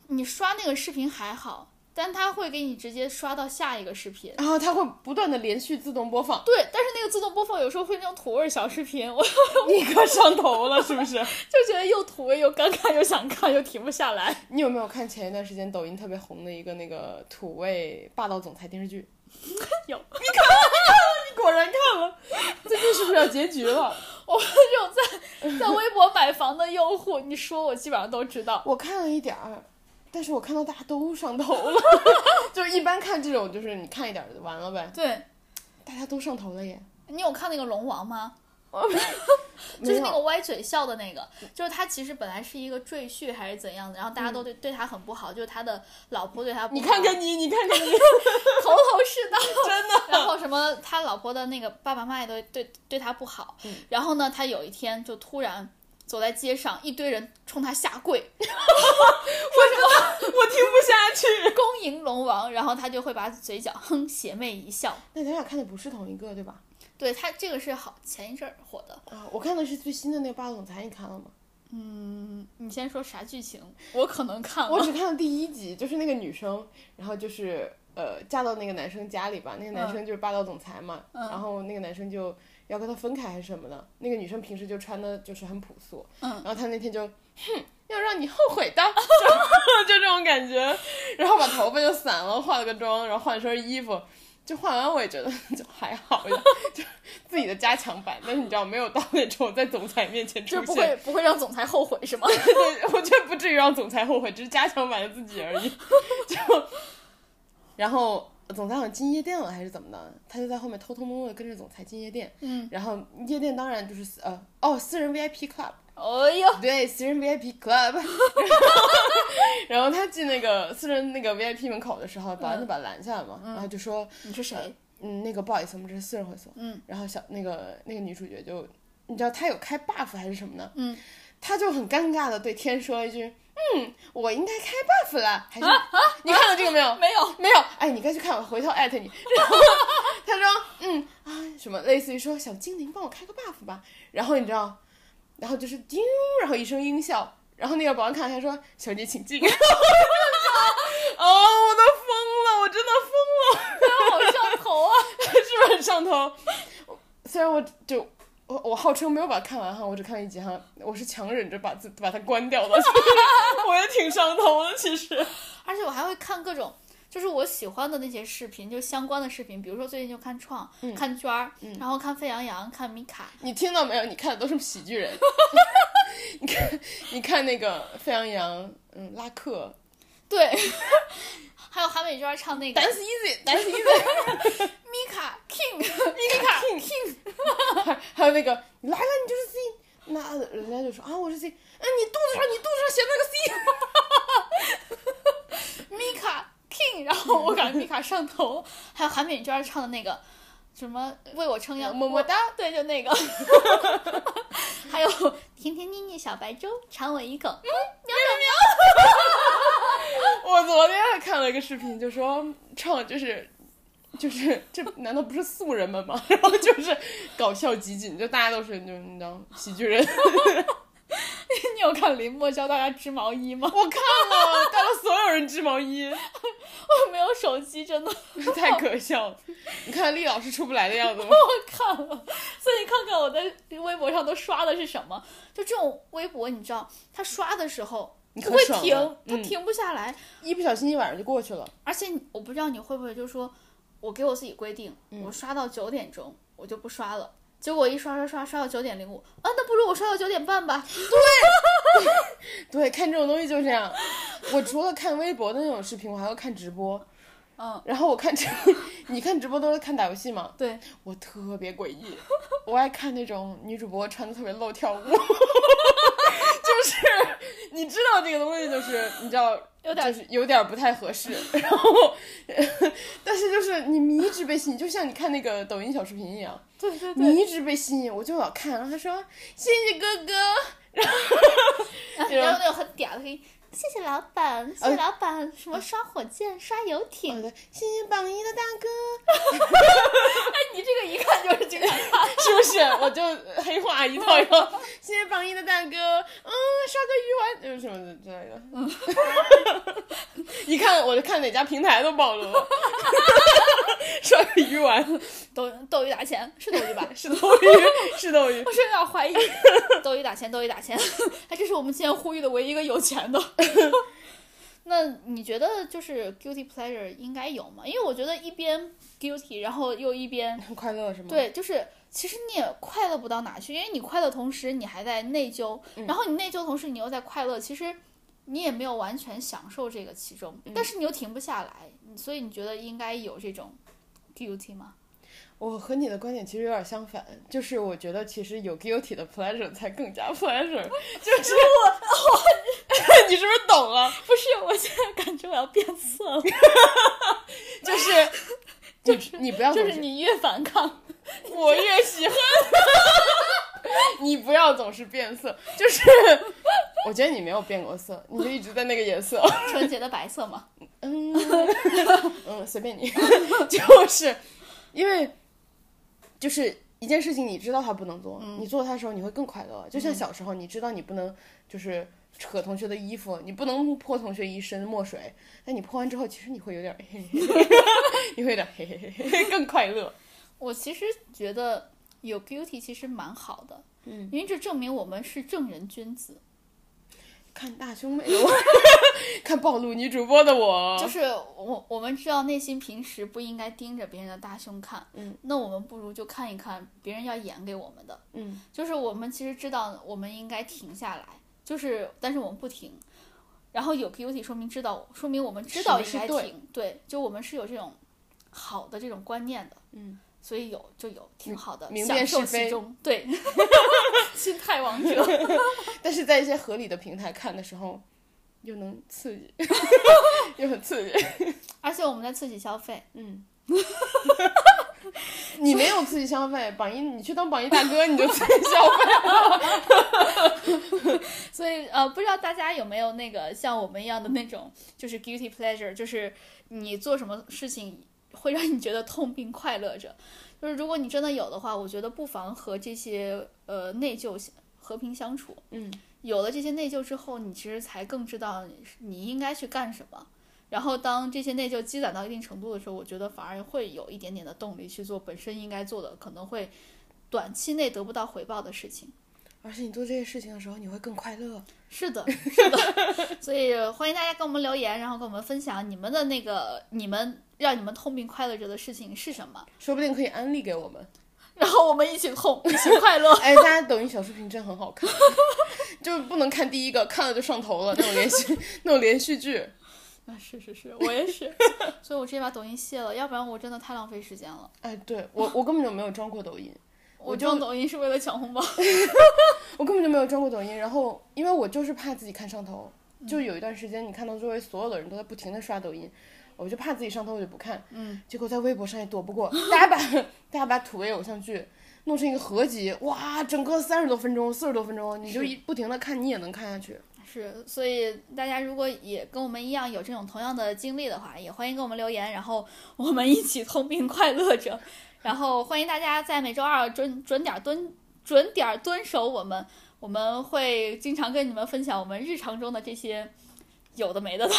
你刷那个视频还好，但它会给你直接刷到下一个视频。然后它会不断的连续自动播放，对，但是那个自动播放有时候会那种土味儿小视频， 我 你可上头了，是不是？就觉得又土味又尴尬，又想看又停不下来。你有没有看前一段时间抖音特别红的一个那个土味霸道总裁电视 剧？有，你果然看了，最近是不是要结局了？我这种在在微博买房的用户，你说我基本上都知道。我看了一点儿，啊但是我看到大家都上头了， 就是一般看这种，就是你看一点儿就完了呗，对大家都上头了耶。你有看那个龙王吗？就没是那个有，歪嘴笑的那个，就是他其实本来是一个赘婿还是怎样的，然后大家都对、对他很不好，就是他的老婆对他不好你看看你，你看看你， 头头是道， 真的。然后什么他老婆的那个爸爸妈妈也都对对他不好，然后呢，他有一天就突然走在街上，一堆人冲他下 跪，我听不下去。恭迎龙王，然后他就会把嘴角哼邪魅一笑。那咱俩看的不是同一个，对吧？对他这个是好前一阵儿火的，啊，我看的是最新的那个《霸道总裁》，你看了吗？嗯，你先说啥剧情？我可能看我了，只看了第一集，就是那个女生，然后就是呃嫁到那个男生家里吧，那个男生就是霸道总裁嘛，嗯然后那个男生就要跟她分开还是什么的，那个女生平时就穿的就是很朴素，嗯然后她那天就哼。要让你后悔 的，就就这种感觉，然后把头发就散了，化了个妆，然后换了身衣服，就换完我也觉得 就还好呀，就自己的加强版。但是你知道，没有到那种在总裁面前出就现，是不会不会让总裁后悔是吗？对， 我觉得不至于让总裁后悔，只是加强版的自己而已。 就，然后总裁好像进夜店了还是怎么的，他就在后面偷偷摸摸的跟着总裁进夜店。嗯，然后夜店当然就是私呃哦私人 VIP club， 哎呦，对私人 VIP club。然后他进那个私人那个 VIP 门口的时候，保安就把他拦下来嘛，然后就说你是谁？嗯那个不好意思，我们这是私人会所。嗯，然后小那个那个女主角就。你知道他有开 buff 还是什么呢？嗯，他就很尴尬的对天说一句：“嗯，我应该开 buff 了。”还是、你看到这个没有？没有，没有，哎，你该去看，我回头艾特你。然后他说，嗯啊，什么类似于说小精灵帮我开个 buff 吧。然后你知道，然后就是叮，然后一声音效，然后那个保安看了他说，小姐请进。 然后我就说哦，我都疯了，我真的疯了，好上头啊！是不是很上头？我虽然我就我我号称没有把它看完哈，我只看了一集哈，我是强忍着把自把它关掉的，所以我也挺上头的，其实。 而且我还会看各种，就是我喜欢的那些视频，就相关的视频，比如说最近就看创、看娟儿，然后看沸羊羊、看米卡，你听到没有？你看的都是喜剧 人。你看，你看那个沸羊羊，嗯，拉客对， 还有韩美娟唱那个，Dance Easy，Dance Easy，米卡 King，米 卡 King，还有那个，你来了你就是 C，那人家就说啊，我是 C，嗯，你肚子上你肚子上写了个 C，米卡 King，然后我感觉米卡上 头，还有韩美娟唱的那个什呃么为我撑腰，么么我哒，对，就那个， 还有甜甜腻腻小白粥，馋我一口，嗯，喵喵喵， 我昨天还看了一个视频，就说唱就是。就是这难道不是素人们吗？ 然后就是搞笑集锦，就大家都是就你知道喜剧人。 你有看林墨教大家织毛衣吗？我看了，带了所有人织毛衣，我 没有手机，真的。太可笑了。你看厉老师出不来的样子吗？ 看了， 所以你看看我在微博上都刷的是什么？就这种微博，你知道，他刷的时候你不可会爽了停，他嗯停不下来。一不小心一晚上就过去了。而且你我不知道你会不会就说，我给我自己规定，我刷到九点钟我就不刷了。结果一刷刷刷刷到九点零五，啊，那不如我刷到九点半吧。对，看这种东西就是这样。我除了看微博的那种视频，我还要看直播。嗯，然后我看直，你看直播 都是看打游戏吗？ 对，我特别 诡异，我爱看那种女主播穿的特别露跳舞，就是你知道这个东西，就是你知道有点就是有点不太合适，然后但是就是你迷之被吸引，就像你看那个抖音小视频一样，对对你一直被吸引，我就老看，然后他说谢谢哥哥，然后那种很嗲的声音，谢谢老板，谢谢呃老板，什么刷火箭、刷游艇 哦，对，谢谢榜一的大哥，你这个一看就是经常看。是不是？我就黑化一套，然 后谢谢榜一的大哥，嗯，刷个鱼丸，就是什么的之类的。 一看我就看哪家平台都暴露 了，刷个鱼丸， 抖抖音打钱 是抖音吧？是斗鱼，是斗鱼我。是有点怀疑，斗鱼打钱，斗鱼打钱，哎，这是我们今天呼吁的唯一一个有钱的。 那你觉得就是 guilty pleasure 应该有吗？因为我觉得一边 guilty，然后又一边 很快乐是吗？，对，就是其实你也快乐不到哪去，因为你快乐同时你还在内疚，然后你内疚同时你又在快乐，其实你也没有完全享受这个其中，但是你又停不下来，所以你觉得应该有这种 guilty 吗？我和你的观点其实有点相反，就是我觉得其实有 guilty 的 pleasure 才更加 pleasure，就是我，哦 你是不是懂了？不是，我现在感觉我要变色了。就是。你你不要总就是你越反抗，我越喜欢。 你不要总是变色，就是我觉得你没有变过色，你就一直在那个颜色。纯洁的白色嘛。嗯嗯，随便你， 就是因为就是一件事情，你知道它不能做，你做它的时候你会更快乐。就像小时候，你知道你不能就是扯同学的衣服，你不能泼同学一身墨水，但你泼完之后，其实你会有点嘿嘿嘿， 你会有点嘿嘿嘿嘿，更快乐。我其实觉得有 guilty 其实蛮好的，嗯，因为这证明我们是正人君子，看大胸妹的我， 看暴露女主播的我，就是我我们知道内心平时不应该盯着别人的大胸看，嗯，那我们不如就看一看别人要演给我们的，嗯，就是我们其实知道我们应该停下来，就是但是我们不停。然后有 guilty 说明知道，说明我们知道应什么该是对停，对，就我们是有这种好的这种观念的，嗯，所以有就有，挺好的，明享辨受是非其中， 对，心态王者。但是在一些合理的平台看的时候，又能刺激， 又很刺激。而且我们在刺激消费，嗯，你没有刺激消费，榜一你去当榜一大哥你就刺激消所以呃，不知道大家有没有那个像我们一样的那种，就是 guilty pleasure，就是你做什么事情会让你觉得痛并快乐着。就是如果你真的有的话，我觉得不妨和这些呃内疚相和平相处。嗯，有了这些内疚之后，你其实才更知道你你应该去干什么。然后当这些内疚积攒到一定程度的时候，我觉得反而会有一点点的动力去做本身应该做的，可能会短期内得不到回报的事情。费。而且你做这些事情的时候，你会更快乐。是 的，是的，所以欢迎大家跟我们留言，然后跟我们分享你们的那个你们让你们痛并快乐着的事情是什么，说不定可以安利给我们。然后我们一起痛，一起快乐。哎，大家抖音小视频真很好看， 就是不能看第一个，看了就上头了那种连续 那种连续剧。啊， 是是是，我也是， 所以我直接把抖音卸了，要不然我真的太浪费时间了。哎，对我我根本就没有装过抖音，我我装抖音是为了抢红包。我根本就没有装过抖音。然后因为我就是怕自己看上头，就有一段时间你看到周围所有的人都在不停的刷抖音。我就怕自己上头，我就不看。嗯，结果在微博上也躲不过，大家把大家把土味偶像剧弄成一个合集，哇，整个三十多分钟、四十多分钟，你就是一不停的看，你也能看下去。是，所以大家如果也跟我们一样有这种同样的经历的话，也欢迎给我们留言，然后 我们一起痛并快乐着。然后欢迎大家在每周二准准点儿蹲准点儿蹲守我们，我们会经常跟你们分享我们日常中的这些有的没的的。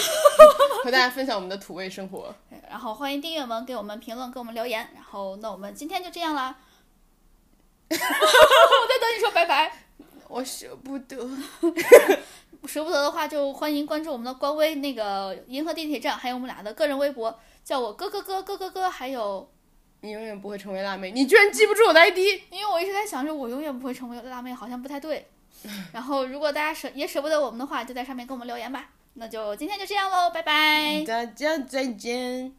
和大家分享我们的土味生活。然后欢迎订阅我们，给我们评论，给我们留言。然后那我们今天就这样啦， 我在等你说拜拜。我舍不得。舍不得的话，就欢迎关注我们的官微那个银河地铁站，还有我们俩的个人微博，叫我哥哥哥哥哥哥，还有，你永远不会成为辣妹，你居然记不住我的 ID。因为我一直在想着我永远不会成为辣妹，好像不太对。然后如果大家舍也舍不得我哎们的话，就在上面给我们留言吧。那就今天就这样喽，拜拜。大家再见。